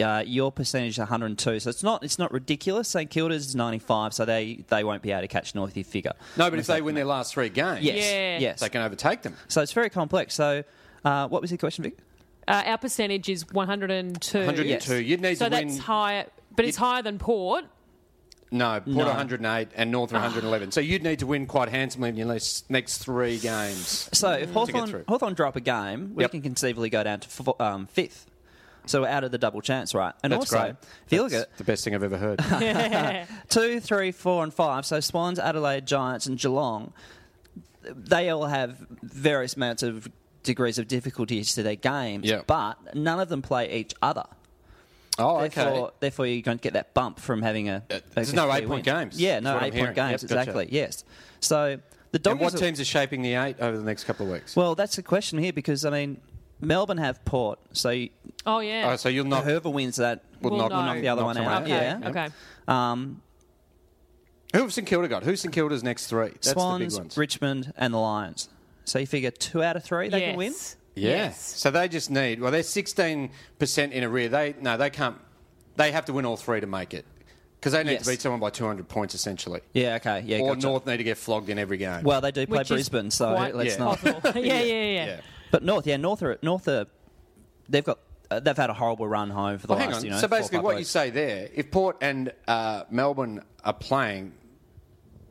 S1: Uh, your percentage is 102, so it's not it's not ridiculous. St Kilda's is 95, so they they won't be able to catch North. You figure.
S2: No, but if they win their last three games,
S1: Yes.
S3: Yeah.
S1: Yes.
S2: they can overtake them.
S1: So it's very complex. So, uh, what was your question, Vic?
S3: Uh, our percentage is 102.
S2: 102. You'd need
S3: So
S2: to
S3: that's
S2: win.
S3: higher, but it's higher than Port.
S2: No, Port 108 and Northern 111.
S1: Ah.
S2: So you'd need to win quite handsomely in your next next three games.
S1: So if Hawthorn
S2: through.
S1: Hawthorn drop a game, we
S2: Yep.
S1: can conceivably go down to f- um, fifth. So we're out of the double chance, right? And
S2: That's
S1: also,
S2: great.
S1: if you look
S2: That's
S1: at
S2: the best thing I've ever
S1: (laughs)
S2: heard.
S1: two, three, four, and five. So Swans, Adelaide, Giants, and Geelong. They all have various amounts of degrees of difficulties to their games,
S2: Yeah.
S1: but none of them play each other.
S2: oh, okay.
S1: Therefore, therefore you don't get that bump from having a. a
S2: Uh, there's no
S1: clear
S2: eight-point
S1: win.
S2: games,
S1: Yeah,
S2: is
S1: no
S2: what I'm
S1: eight point
S2: hearing.
S1: games.
S2: Yep, gotcha.
S1: exactly. Yes. So the
S2: and
S1: Dockers.
S2: what
S1: are-
S2: teams are shaping the eight over the next couple of weeks?
S1: well, that's the question here because I mean, Melbourne have Port, so you-
S3: Oh, yeah.
S2: oh, so you'll not.
S1: whoever wins that
S2: We'll
S1: will
S2: knock-
S1: knock,
S3: know.
S1: the other
S2: knock
S1: one
S2: someone
S1: out.
S3: Okay.
S1: Yeah.
S3: Okay.
S1: Um,
S2: Who have St Kilda got? Who's St Kilda's next three? That's the big
S1: Swans,
S2: ones.
S1: Richmond, and the Lions. So you figure two out of three they can win.
S3: Yes.
S2: Yeah. So they just need. Well, they're sixteen percent in arrear. They no, they can't. They have to win all three to make it because they need
S1: Yes.
S2: to beat someone by two hundred points essentially.
S1: Yeah. Okay. Yeah.
S2: or
S1: gotcha.
S2: North need to get flogged in every game.
S1: Well, they do play
S3: Which is
S1: Brisbane, so
S3: quite
S1: let's
S2: Yeah.
S1: not. (laughs)
S3: possible. yeah, yeah, yeah.
S2: yeah.
S1: But North, yeah, North are North are they've got uh, they've had a horrible run home for the
S2: Well,
S1: last.
S2: hang on.
S1: You know,
S2: so
S1: four or
S2: basically,
S1: five
S2: what you
S1: weeks.
S2: say there, if Port and uh, Melbourne are playing,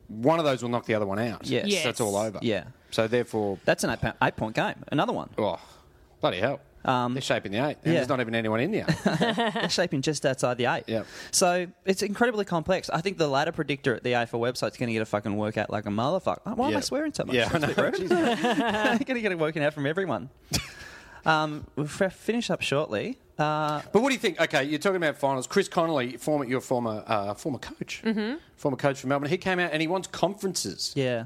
S2: one of those will knock the other one out.
S1: Yes. Yes.
S2: So it's all over.
S1: Yeah.
S2: So therefore,
S1: That's an eight, po- eight point game. Another one.
S2: oh, bloody hell. They're shaping the eight, and
S1: Um, yeah.
S2: there's not even anyone in there.
S1: They're shaping just outside the eight.
S2: Yep.
S1: So it's incredibly complex. I think the ladder predictor at the AFL website's going to get a fucking workout like a motherfucker. Why am I
S2: Yeah.
S1: swearing so much?
S2: yeah, I know. Jeez.
S1: I'm (laughs) going to get it working out from everyone. um, we'll f- finish up shortly. Uh,
S2: but what do you think? Okay, you're talking about finals. Chris Connolly, former your former uh, former coach, mm-hmm. former coach for Melbourne, he came out and he wants conferences.
S1: yeah.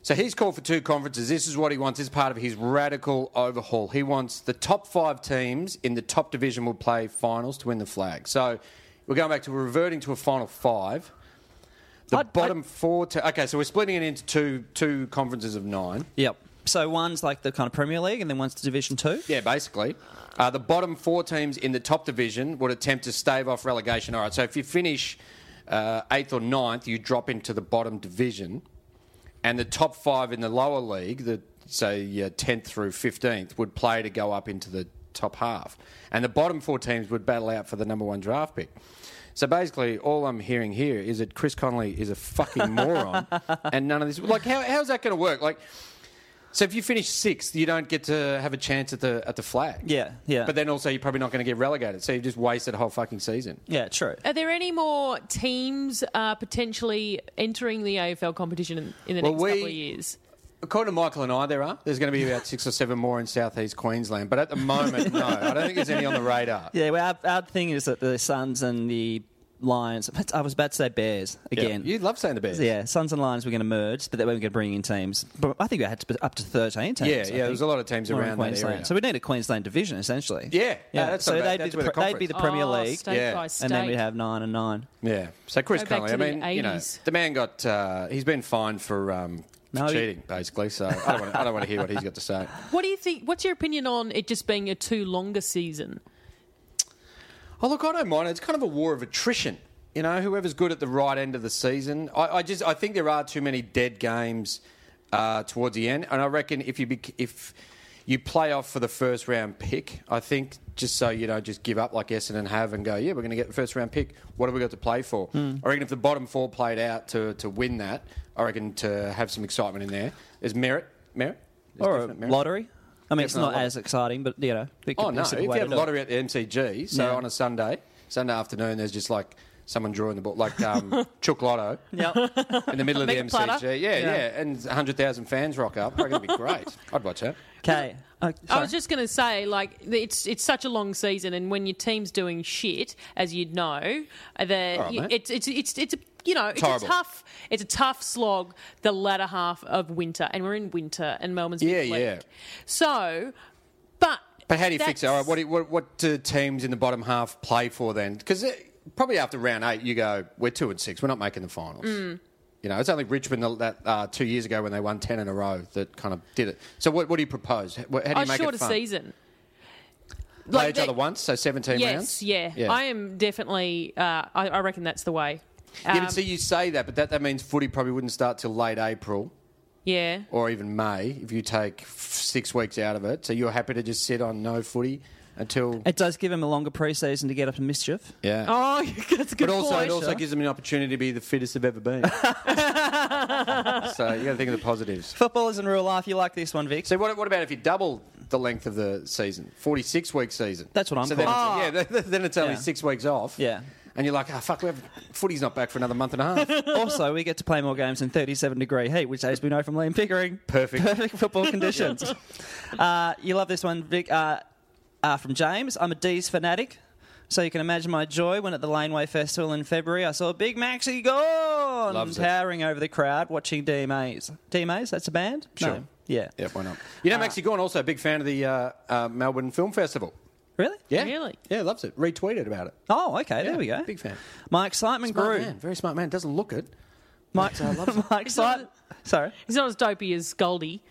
S2: So he's called for two conferences. This is what he wants. This is part of his radical overhaul. He wants the top five teams in the top division will play finals to win the flag. So we're going back to we're reverting to a final five. The
S1: I'd-
S2: bottom four. To, okay, so we're splitting it into two two conferences of nine.
S1: Yep. So one's like the kind of Premier League, and then one's the Division Two.
S2: Yeah, basically. Uh, the bottom four teams in the top division would attempt to stave off relegation. All right, so if you finish uh, eighth or ninth, you drop into the bottom division. And the top five in the lower league, the say uh, 10th through 15th, would play to go up into the top half. And the bottom four teams would battle out for the number one draft pick. So basically, all I'm hearing here is that Chris Connolly is a fucking moron, and none of this. Like, how, how's that going to work? Like, so if you finish sixth, you don't get to have a chance at the at the flag.
S1: Yeah, yeah.
S2: But then also, you're probably not going to get relegated, so you've just wasted a whole fucking season.
S1: Yeah, true.
S3: Are there any more teams uh, potentially entering the AFL competition in, in the
S2: Well,
S3: next
S2: we-
S3: couple of years?
S2: According to Michael and I, there are. There's going to be about six or seven more in southeast Queensland, but at the moment, no. I don't think there's any on the radar.
S1: Yeah, well, our, our thing is that the Suns and the Lions. I was about to say Bears again.
S2: you love saying the Bears.
S1: Yeah, Suns and Lions were going to merge, but they weren't going to bring in teams. But I think we had to be up to thirteen teams.
S2: Yeah,
S1: I
S2: yeah,
S1: think.
S2: there's a lot of teams
S1: Or in
S2: around that
S1: Queensland.
S2: area.
S1: So we need a Queensland division essentially.
S2: Yeah, no, that's
S1: so
S2: not bad.
S1: they'd be,
S2: That's
S1: the,
S2: where the
S1: pre- they'd be the Premier
S3: Oh,
S1: League,
S3: state
S2: Yeah.
S3: by
S2: And
S1: and then
S3: state.
S1: we'd have nine and nine.
S2: Yeah. So Chris
S3: Go back
S2: Connolly,
S3: to
S2: I
S3: the
S2: mean, you know,
S3: 80s.
S2: the man got uh, he's been fined for um,
S1: No, he-
S2: cheating, basically. So I don't, want to, I don't want to hear what he's got to say.
S3: What do you think? What's your opinion on it just being a too longer season?
S2: Oh, look, I don't mind. It's kind of a war of attrition. You know, whoever's good at the right end of the season. I, I just I think there are too many dead games uh, towards the end, and I reckon if you bec if you play off for the first round pick, I think just so you don't just give up like Essendon have and go, yeah, we're going to get the first round pick. What have we got to play for? I reckon if the bottom four played out to to win that, I reckon to have some excitement in there. There's merit, merit, There's
S1: or a
S2: definite merit.
S1: lottery. I mean, it's
S2: Definite
S1: not
S2: lottery.
S1: as exciting, but you know, it could
S2: Oh
S1: be
S2: no!
S1: a
S2: If
S1: simple
S2: you
S1: way
S2: have
S1: to (laughs) do
S2: a
S1: it.
S2: lottery at the MCG, so
S1: Yeah.
S2: on a Sunday, Sunday afternoon, there's just like someone drawing the ball, like
S3: (laughs)
S2: um, Chook Lotto
S1: Yep.
S2: in the middle of the
S3: Make a platter.
S2: MCG. Yeah, yeah,
S1: Yeah.
S2: and hundred thousand fans rock up. That'd be
S3: (laughs)
S2: great. I'd watch that.
S1: Okay. Oh,
S3: I
S1: sorry.
S3: was just going to say, like, th- it's it's such a long season, and when your team's doing shit, as you'd know, uh, the,
S2: All right,
S3: you-
S2: mate.
S3: it's it's it's it's a you know it's
S2: Horrible.
S3: a tough it's a tough slog the latter half of winter, and we're in winter, and Melbourne's
S2: Yeah,
S3: big league.
S2: yeah.
S3: So, but
S2: But how do you fix it?
S3: that's-
S2: All right, what do, you- what, what do teams in the bottom half play for then? Because probably after round eight, you go, we're two and six. We're not making the finals.
S3: Mm.
S2: You know, it's only Richmond that uh, two years ago when they won ten in a row that kind of did it. So what, what do you propose? How, how do you
S3: oh,
S2: make
S3: shorter
S2: it fun?
S3: season.
S2: Play
S3: Like
S2: each
S3: the-
S2: other once, so seventeen
S3: Yes,
S2: rounds.
S3: yeah. I am definitely. Uh, I, I reckon that's the way.
S2: yeah,
S3: Um,
S2: but see, you say that, but that, that means footy probably wouldn't start till late April
S3: yeah.
S2: or even May if you take f- six weeks out of it. So you're happy to just sit on no footy until.
S1: it does give him a longer preseason to get up to mischief.
S2: Yeah. (laughs)
S3: Oh, that's a good
S2: but also,
S3: point.
S2: it also gives them an opportunity to be the fittest they've
S1: (laughs)
S2: ever been. so you got to think of the positives.
S1: Footballers in real life, you like this
S3: (laughs)
S1: one, Vic.
S2: So what, what about if you double the length of the season, forty-six week season?
S1: That's what I'm
S2: So then,
S1: calling
S2: it's, yeah, (laughs) then- then it's only
S1: Yeah.
S2: six weeks off.
S1: Yeah.
S2: And you're like, ah, fuck, we have, footy's not back for another month and a
S1: (laughs)
S2: half.
S1: also, we get to play more games in 37 degree heat, which, as we know from Liam Pickering, (laughs)
S2: Perfect.
S1: perfect football conditions.
S2: (laughs)
S1: uh, you love this one, Vic, uh, uh, from James. I'm a D's fanatic. So you can imagine my joy when at the Laneway Festival in February I saw Big Maxi gone
S2: Loves it.
S1: towering over the crowd watching DMAs. DMAs, that's a band?
S2: Sure.
S1: No. Yeah.
S2: Yeah, why not? Ah. You know, Maxie Gorn also a big fan of the uh, uh, Melbourne Film Festival.
S1: Really?
S2: Yeah,
S3: Really?
S2: Yeah, loves it. Retweeted about it.
S1: Oh, okay.
S2: Yeah,
S1: there we go.
S2: big fan.
S1: My excitement
S2: Smart
S1: grew.
S2: man, very smart man. Doesn't look it.
S1: My,
S2: But, uh,
S1: (laughs)
S2: loves it.
S1: my excitement. Sorry.
S3: He's not as dopey as Goldie.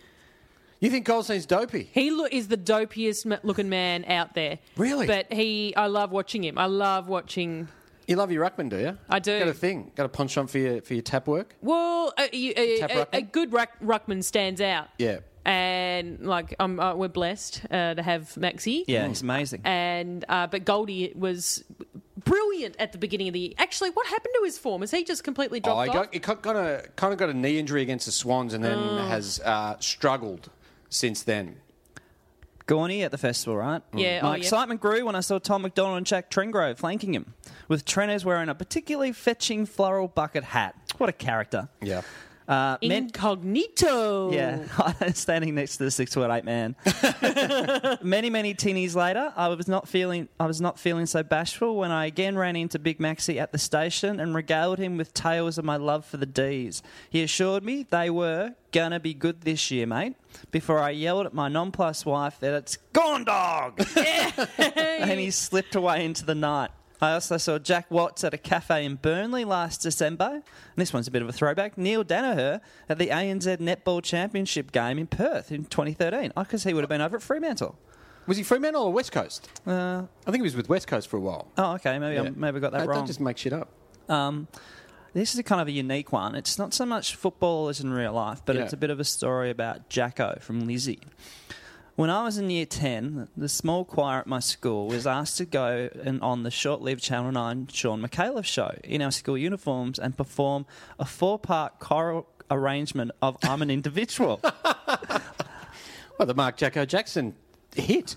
S2: You think Goldstein's dopey?
S3: He lo- is the dopiest ma- looking man out there.
S2: Really?
S3: But he, I love watching him. I love watching.
S2: You love your ruckman, do you?
S3: I do.
S2: Got a thing. Got a penchant for your for your tap work.
S3: Well, a, a,
S2: Tap
S3: a,
S2: ruckman?
S3: a good ruck, ruckman stands out.
S2: Yeah.
S3: And like, um, uh, we're blessed uh, to have Maxi.
S1: Yeah, it's amazing.
S3: And uh, but Goldie was brilliant at the beginning of the. Actually, what happened to his form? Has he just completely
S2: Oh,
S3: dropped
S2: he
S3: off?
S2: got, he got, got a kind of got a knee injury against the Swans and then
S3: Oh.
S2: has uh, struggled since then.
S1: Gorney at the festival, right?
S3: Yeah,
S1: My
S3: oh, yeah.
S1: excitement grew when I saw Tom McDonald and Jack Trengrove flanking him, with Trenez wearing a particularly fetching floral bucket hat. What a character.
S2: Yeah.
S1: Uh, men- (laughs)
S3: Incognito.
S1: yeah, standing next to the six foot eight
S3: (laughs)
S1: man. many, many tinnies later, I was not feeling I was not feeling so bashful when I again ran into Big Maxie at the station and regaled him with tales of my love for the D's. He assured me they were gonna be good this year, mate. Before I yelled at my nonplus wife that it's gone dog and he slipped away into the night. I also saw Jack Watts at a cafe in Burnley last December. And this one's a bit of a throwback. Neil Danaher at the ANZ Netball Championship game in Perth in 2013. I guess he would have been over at Fremantle.
S2: Was he Fremantle or West Coast? Uh, I think he was with West Coast for a while.
S1: Oh, okay. Maybe I
S2: Yeah.
S1: maybe I got that
S2: Don't-
S1: wrong.
S2: Don't just make shit up.
S1: This is a kind of a unique one. It's not so much football as in real life, but
S2: Yeah.
S1: it's a bit of a story about Jacko from Lizzie. When I was in year 10, the small choir at my school was asked to go and on the short lived Channel 9 Sean McCaleb show in our school uniforms and perform a four part choral arrangement of I'm an Individual.
S2: Well, the Mark Jacko Jackson hit.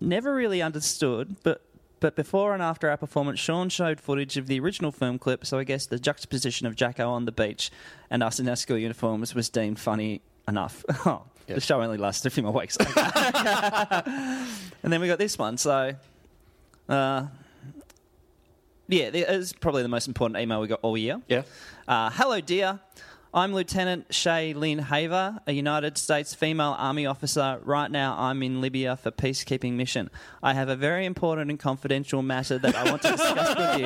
S1: never really understood, but but before and after our performance, Sean showed footage of the original film clip, so I guess the juxtaposition of Jacko on the beach and us in our school uniforms was deemed funny enough. (laughs) Oh, The
S2: Yes.
S1: show only lasted a few more weeks. (laughs) and then we got this one, so. Uh, yeah, th- it's probably the most important email we got all year.
S2: Yeah.
S1: Uh, hello, dear. I'm Lieutenant Shay Lynn Haver, a United States female Army officer. Right now, I'm in Libya for peacekeeping mission. I have a very important and confidential matter that I want to discuss with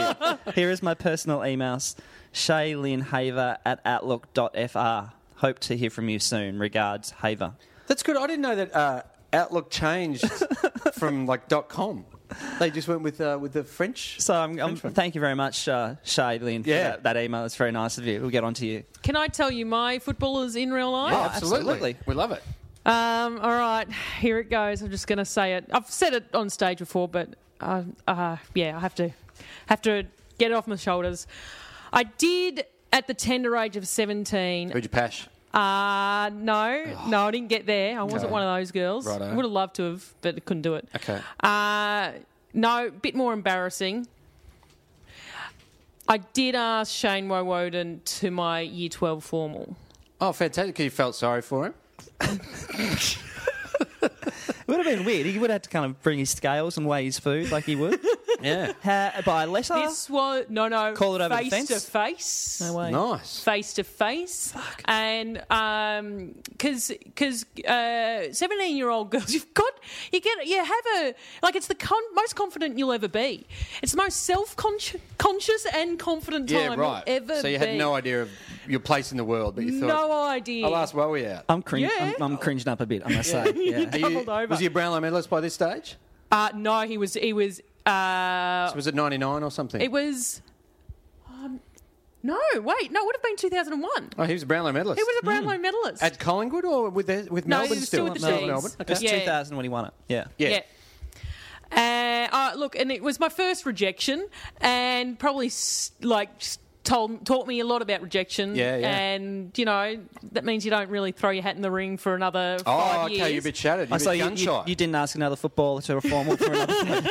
S1: you. Here is my personal emails Shay Lynn Haver at outlook.fr. Hope to hear from you soon. Regards, Haver.
S3: (laughs)
S2: That's good. I didn't know that uh, Outlook changed from like dot com. They just went with uh, with the French. Oh,
S1: So I'm, I'm, thank you very much, uh, Shay Lynn, for
S2: Yeah.
S1: that, that email. That's very nice of you. We'll get on to you.
S3: Can I tell you my footballers in real life?
S2: Oh,
S1: absolutely.
S2: we love it.
S3: Um, all right, here it goes. I'm just going to say it. I've said it on stage before, but uh, uh, yeah, I have to have to get it off my shoulders. I did at the tender age of 17.
S2: Who'd you pash?
S3: Uh, no, no, I didn't get there. I wasn't
S2: Okay.
S3: one of those girls.
S2: Oh. Righto.
S3: I would have loved to have, but I couldn't do it.
S2: Okay.
S3: Uh, no, bit more embarrassing. I did ask Shane Woden to my Year 12 formal.
S2: Oh, fantastic! 'cause you felt sorry for him.
S1: It would have been weird. He would have had to kind of bring his scales and weigh his food like he would.
S2: (laughs) Yeah.
S1: Ha- by letter.
S3: This was no, no.
S1: Oh. Call it over the fence?
S3: face to face.
S1: no way.
S2: Nice.
S3: Face to face, and um, because because uh, seventeen year old girls, (laughs) you've got you get you have a like it's the con- most confident you'll ever be. It's the most self conscious and confident
S2: Yeah,
S3: time
S2: right.
S3: you'll ever.
S2: so you had
S3: be.
S2: no idea of your place in the world, but you thought,
S3: no idea.
S2: "I'll ask Wowie out."
S1: I'm, cring-
S3: Yeah.
S1: I'm, I'm cringing up a bit, I must say. Yeah.
S2: Are you,
S3: doubled over.
S2: Was he a Brownlow medalist by this stage?
S3: Uh, no, he was he was uh,
S2: Was it '99 or something?
S3: it was. um, no, wait, no, it would have been two thousand and one.
S2: oh, he was a Brownlow medalist.
S3: He was a Brownlow medalist.
S2: Hmm. at Collingwood or with their, with
S3: No, he
S2: Melbourne
S3: was
S2: still?
S3: still with the Tees.
S2: Melbourne.
S1: It was
S2: Okay.
S3: Yeah.
S1: 2000 when he won it. Yeah.
S2: Yeah.
S3: Yeah. Uh, uh, look, and it was my first rejection, and probably s- like s- told taught me a lot about rejection.
S2: Yeah, yeah.
S3: And you know that means you don't really throw your hat in the ring for another
S2: Oh,
S3: five
S2: okay.
S3: years. Oh,
S2: You're a bit shattered. You're
S1: I
S2: a
S1: saw
S2: bit
S1: you,
S2: gun
S1: you,
S2: shy.
S1: you didn't ask another footballer to a formal for another.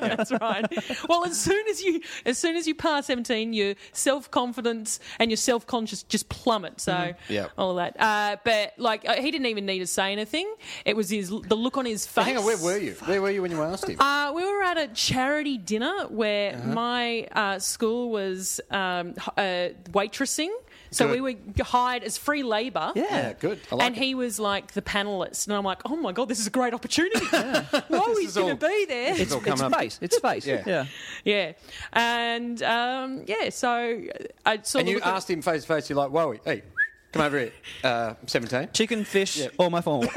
S3: That's
S2: (laughs)
S3: right. Well, as soon as you as soon as you pass seventeen, your self confidence and your self conscious just plummet. So
S2: Yeah.
S3: all that. Uh, but like uh, he didn't even need to say anything. It was his the look on his face.
S2: Hang on, where were you? Where were you when you asked him?
S3: Uh, we were at a charity dinner where
S2: Uh-huh.
S3: my uh, school was um, h- uh, waitressing, so
S2: Good.
S3: we were hired as free labour.
S2: yeah, good. I like
S3: and
S2: it.
S3: he was like the panelist, and I'm like, oh my god, this is a great
S2: (laughs)
S3: opportunity. (laughs) Why he's
S2: is
S3: going
S2: all-
S3: to be there?
S2: all
S1: it's
S2: coming up.
S1: face. It's face.
S2: Yeah.
S1: yeah.
S3: (laughs) Yeah, and um, yeah, so I saw.
S2: And
S3: the
S2: you
S3: look at-
S2: asked him face to face, you're like, Wowie, hey, come over here. Uh, 17.
S1: Chicken, fish, or my formal.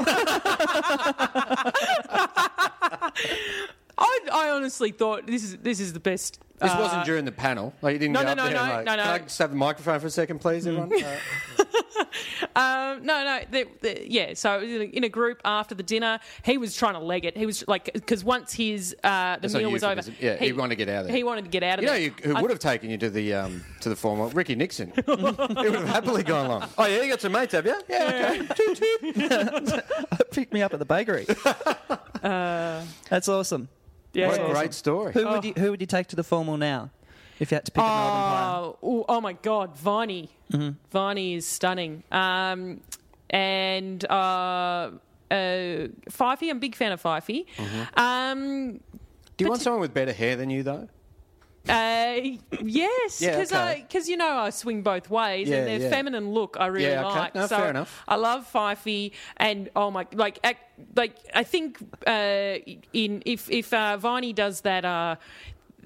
S3: I, I honestly thought this is this is the best.
S2: This
S3: uh,
S2: wasn't during the panel. Like, you didn't
S3: no,
S2: go
S3: no,
S2: up
S3: no,
S2: there and,
S3: no,
S2: like,
S3: no, no. Mm.
S2: Can I just have the microphone for a second, please, everyone? Uh,
S3: Um, no, no, the, the, yeah. So it was in a, in a group after the dinner, he was trying to leg it. He was like, because once his uh, the
S2: That's not
S3: meal was over,
S2: euphemism. Yeah, he wanted to get out of there.
S3: He wanted to get out of
S2: you know
S3: there.
S2: you, who
S3: (laughs) I-
S2: would have taken you to the um, to the formal? Ricky
S3: (laughs)
S2: Nixon. he would have happily gone along. Oh, yeah, you got some mates, have you? Yeah, okay. Toot,
S1: (laughs)
S2: toot.
S1: Pick me up at the bakery. That's awesome.
S3: yeah.
S2: What a great story.
S1: Who would you, who would you take to the formal now if you had to pick a Melbourne player?
S3: Oh, oh, oh my God, Viney. Viney is stunning. Um, and uh, uh, Fifey, I'm a big fan of Fifey.
S2: Mm-hmm.
S3: Um,
S2: Do you want someone with better hair than you, though?
S3: Uh, yes,
S2: Yeah,
S3: because
S2: okay.
S3: you know I swing both ways,
S2: Yeah,
S3: and their
S2: yeah.
S3: feminine look I really
S2: Yeah, okay.
S3: like.
S2: No,
S3: so
S2: fair enough.
S3: I love Fifey, and oh my, like, ac- like I think uh, in if if uh, Viney does that. Uh,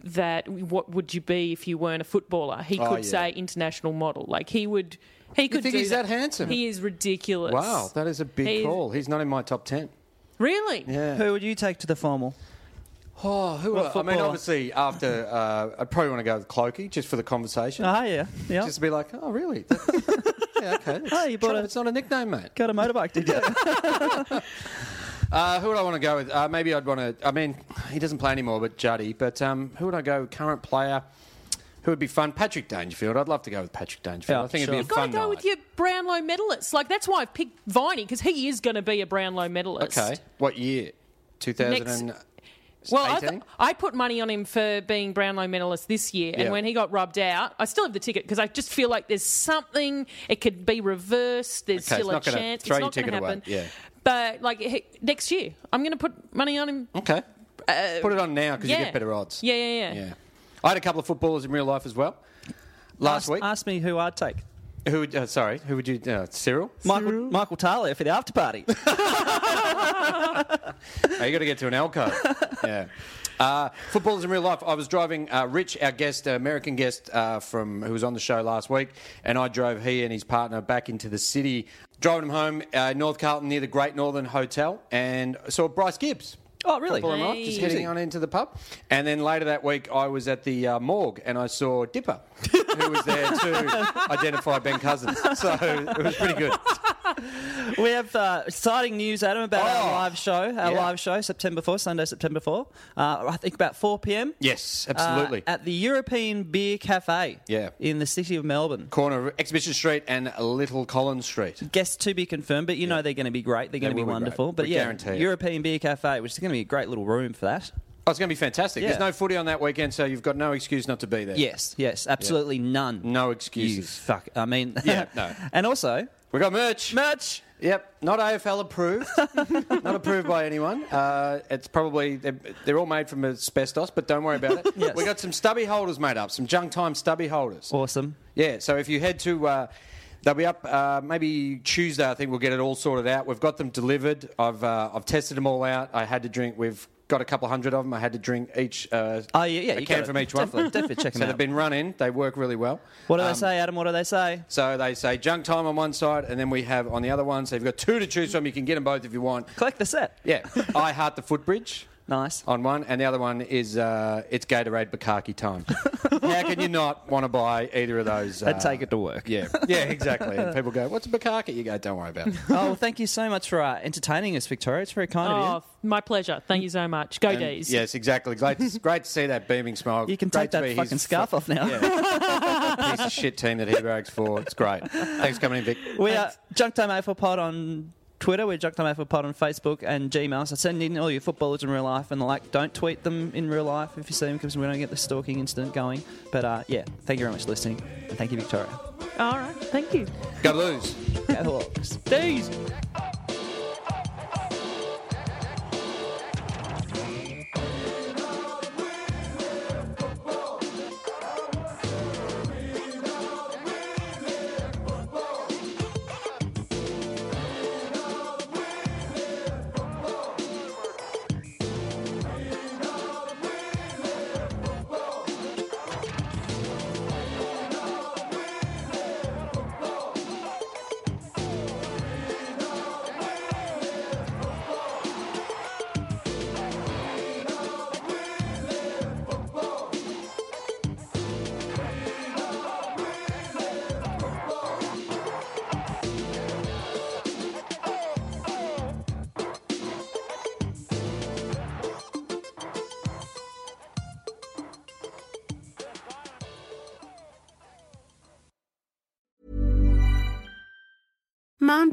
S3: that what would you be if you weren't a footballer? He
S2: Oh,
S3: could
S2: yeah.
S3: say international model. Like he would, he could.
S2: think
S3: do
S2: he's that handsome?
S3: He is ridiculous.
S2: Wow, that is a big
S3: He's-
S2: call. He's not in my top 10.
S3: Really?
S2: Yeah.
S1: Who would you take to the formal?
S2: Oh, who
S1: What
S2: are, I mean,
S1: footballer?
S2: obviously, after uh, I'd probably want to go with Clokey just for the conversation.
S1: Ah, yeah, yeah.
S2: Just to be like, oh, really? (laughs) yeah, okay.
S1: (laughs) Oh, you bought a-
S2: It's not a nickname, mate.
S1: Got a motorbike, did (laughs) you?
S2: Uh, who would I want to go with? Uh, maybe I'd want to. I mean, he doesn't play anymore, but Juddy. But um, who would I go? with? Current player. Who would be fun? Patrick Dangerfield. I'd love to go with Patrick Dangerfield.
S1: Yeah,
S2: I think
S1: sure.
S2: it'd
S3: You've
S2: be a
S3: got to
S2: fun
S3: go
S2: night.
S3: with your Brownlow medalist. Like that's why I've picked Viney because he is going to be a Brownlow medalist.
S2: Okay. What year? 2000.
S3: Well, I, th-
S2: 18?
S3: I put money on him for being Brownlow medalist this year,
S2: Yeah.
S3: and when he got rubbed out, I still have the ticket because I just feel like there's something it could be reversed. There's
S2: Okay, it's
S3: still a
S2: not gonna-
S3: chance.
S2: throw
S3: it's
S2: your
S3: not going to
S2: ticket away,
S3: happen.
S2: yeah.
S3: But like he- next year, I'm going to put money on him.
S2: Okay. Put it on now because you
S3: Uh, yeah.
S2: get better odds.
S3: Yeah, yeah, yeah.
S2: Yeah. I had a couple of footballers in real life as well. Last
S1: ask,
S2: week,
S1: ask me who I'd take.
S2: who? Would, uh, sorry, who would you? Uh,
S3: (laughs)
S2: Cyril.
S1: Michael, Michael Taylor for the after party.
S2: Oh, you got to get to an alcove. yeah. Uh, footballers in real life. I was driving uh, Rich, our guest, uh, American guest uh, from who was on the show last week, and I drove he and his partner back into the city, driving him home, uh, North Carlton near the Great Northern Hotel, and saw Bryce Gibbs.
S1: (laughs) Oh, really?
S2: Pull him off, just heading on into the pub. And then later that week, I was at the uh, morgue and I saw Dipper, who was there
S1: (laughs)
S2: to identify Ben Cousins. So it was pretty good.
S1: We have uh, exciting news, Adam, about our
S2: Oh.
S1: live show. Our
S2: Yeah.
S1: live show, September 4, Sunday, September 4. Uh, I think about 4 p.m.
S2: Yes,
S1: uh,
S2: absolutely.
S1: at the European Beer Cafe
S2: Yeah.
S1: in the city of Melbourne.
S2: Corner of Exhibition Street and Little Collins Street.
S1: Guests to be confirmed, but you know they're going to be great. They're going to
S2: will
S1: be
S2: be great.
S1: wonderful. But
S2: We
S1: yeah,
S2: guarantee it.
S1: European Beer Cafe, which is going to be a great little room for that.
S2: Oh, it's going to be fantastic.
S1: Yeah.
S2: There's no footy on that weekend, so you've got no excuse not to be there.
S1: Yes, yes, absolutely none.
S2: No
S1: You
S2: excuses.
S1: fuck. I mean,
S2: Yeah, no.
S1: (laughs) And also,
S2: We got merch.
S1: merch.
S2: Yep, not
S1: (laughs)
S2: AFL approved, not approved by anyone. Uh, it's probably they're, they're all made from asbestos, but don't worry about it.
S1: (laughs) Yes.
S2: We got some stubby holders made up, some junk time stubby holders.
S1: Awesome.
S2: Yeah, so if you head to, uh, they'll be up uh, maybe Tuesday. I think we'll get it all sorted out. We've got them delivered. I've uh, I've tested them all out. I had to drink. We've got a couple hundred of them. I had to drink each. Uh,
S1: Oh, yeah, yeah.
S2: a
S1: you
S2: can
S1: gotta-
S2: from each one.
S1: Definitely, definitely
S2: (laughs)
S1: check
S2: so
S1: them
S2: they've
S1: out.
S2: been um, running. They work really well.
S1: what do they say, Adam? What do they say?
S2: So they say junk time on one side, and then we have on the other one. So you've got two to choose from. You can get them both if you want.
S1: Collect the set. (laughs)
S2: Yeah, Oh, I heart the footbridge
S1: Nice.
S2: on one, and the other one is uh, it's Gatorade
S1: (laughs)
S2: Bukaki time. How can you not want to buy either of those? Uh,
S1: I'd take it to work. (laughs)
S2: Yeah, yeah, exactly. And people go, "What's a Bukaki?" You go, "Don't worry about it."
S1: Oh, well, thank you so much for uh, entertaining us, Victoria. It's very kind
S3: Oh,
S1: of
S3: f- my pleasure. Thank you so much. Go
S2: And
S3: D's.
S2: yes,
S1: (laughs)
S2: exactly. Great, great to see that beaming smile.
S1: you. You can take
S2: Great to
S1: that
S2: be
S1: fucking
S2: his
S1: scarf off now.
S2: fucking piece of shit team that he works for. It's great. Thanks for coming in, Vic.
S1: We are Junk Time AFL Pod on Twitter. We're Junk Time AFL Pod on Facebook and Gmail. So send in all your footballers in real life and the like. Don't tweet them in real life if you see them because we don't get the stalking incident going. But uh, yeah, thank you very much for listening. And thank you, Victoria.
S3: All right. Thank you.
S2: Go lose.
S1: Go Hawks.
S3: D's.
S4: Mom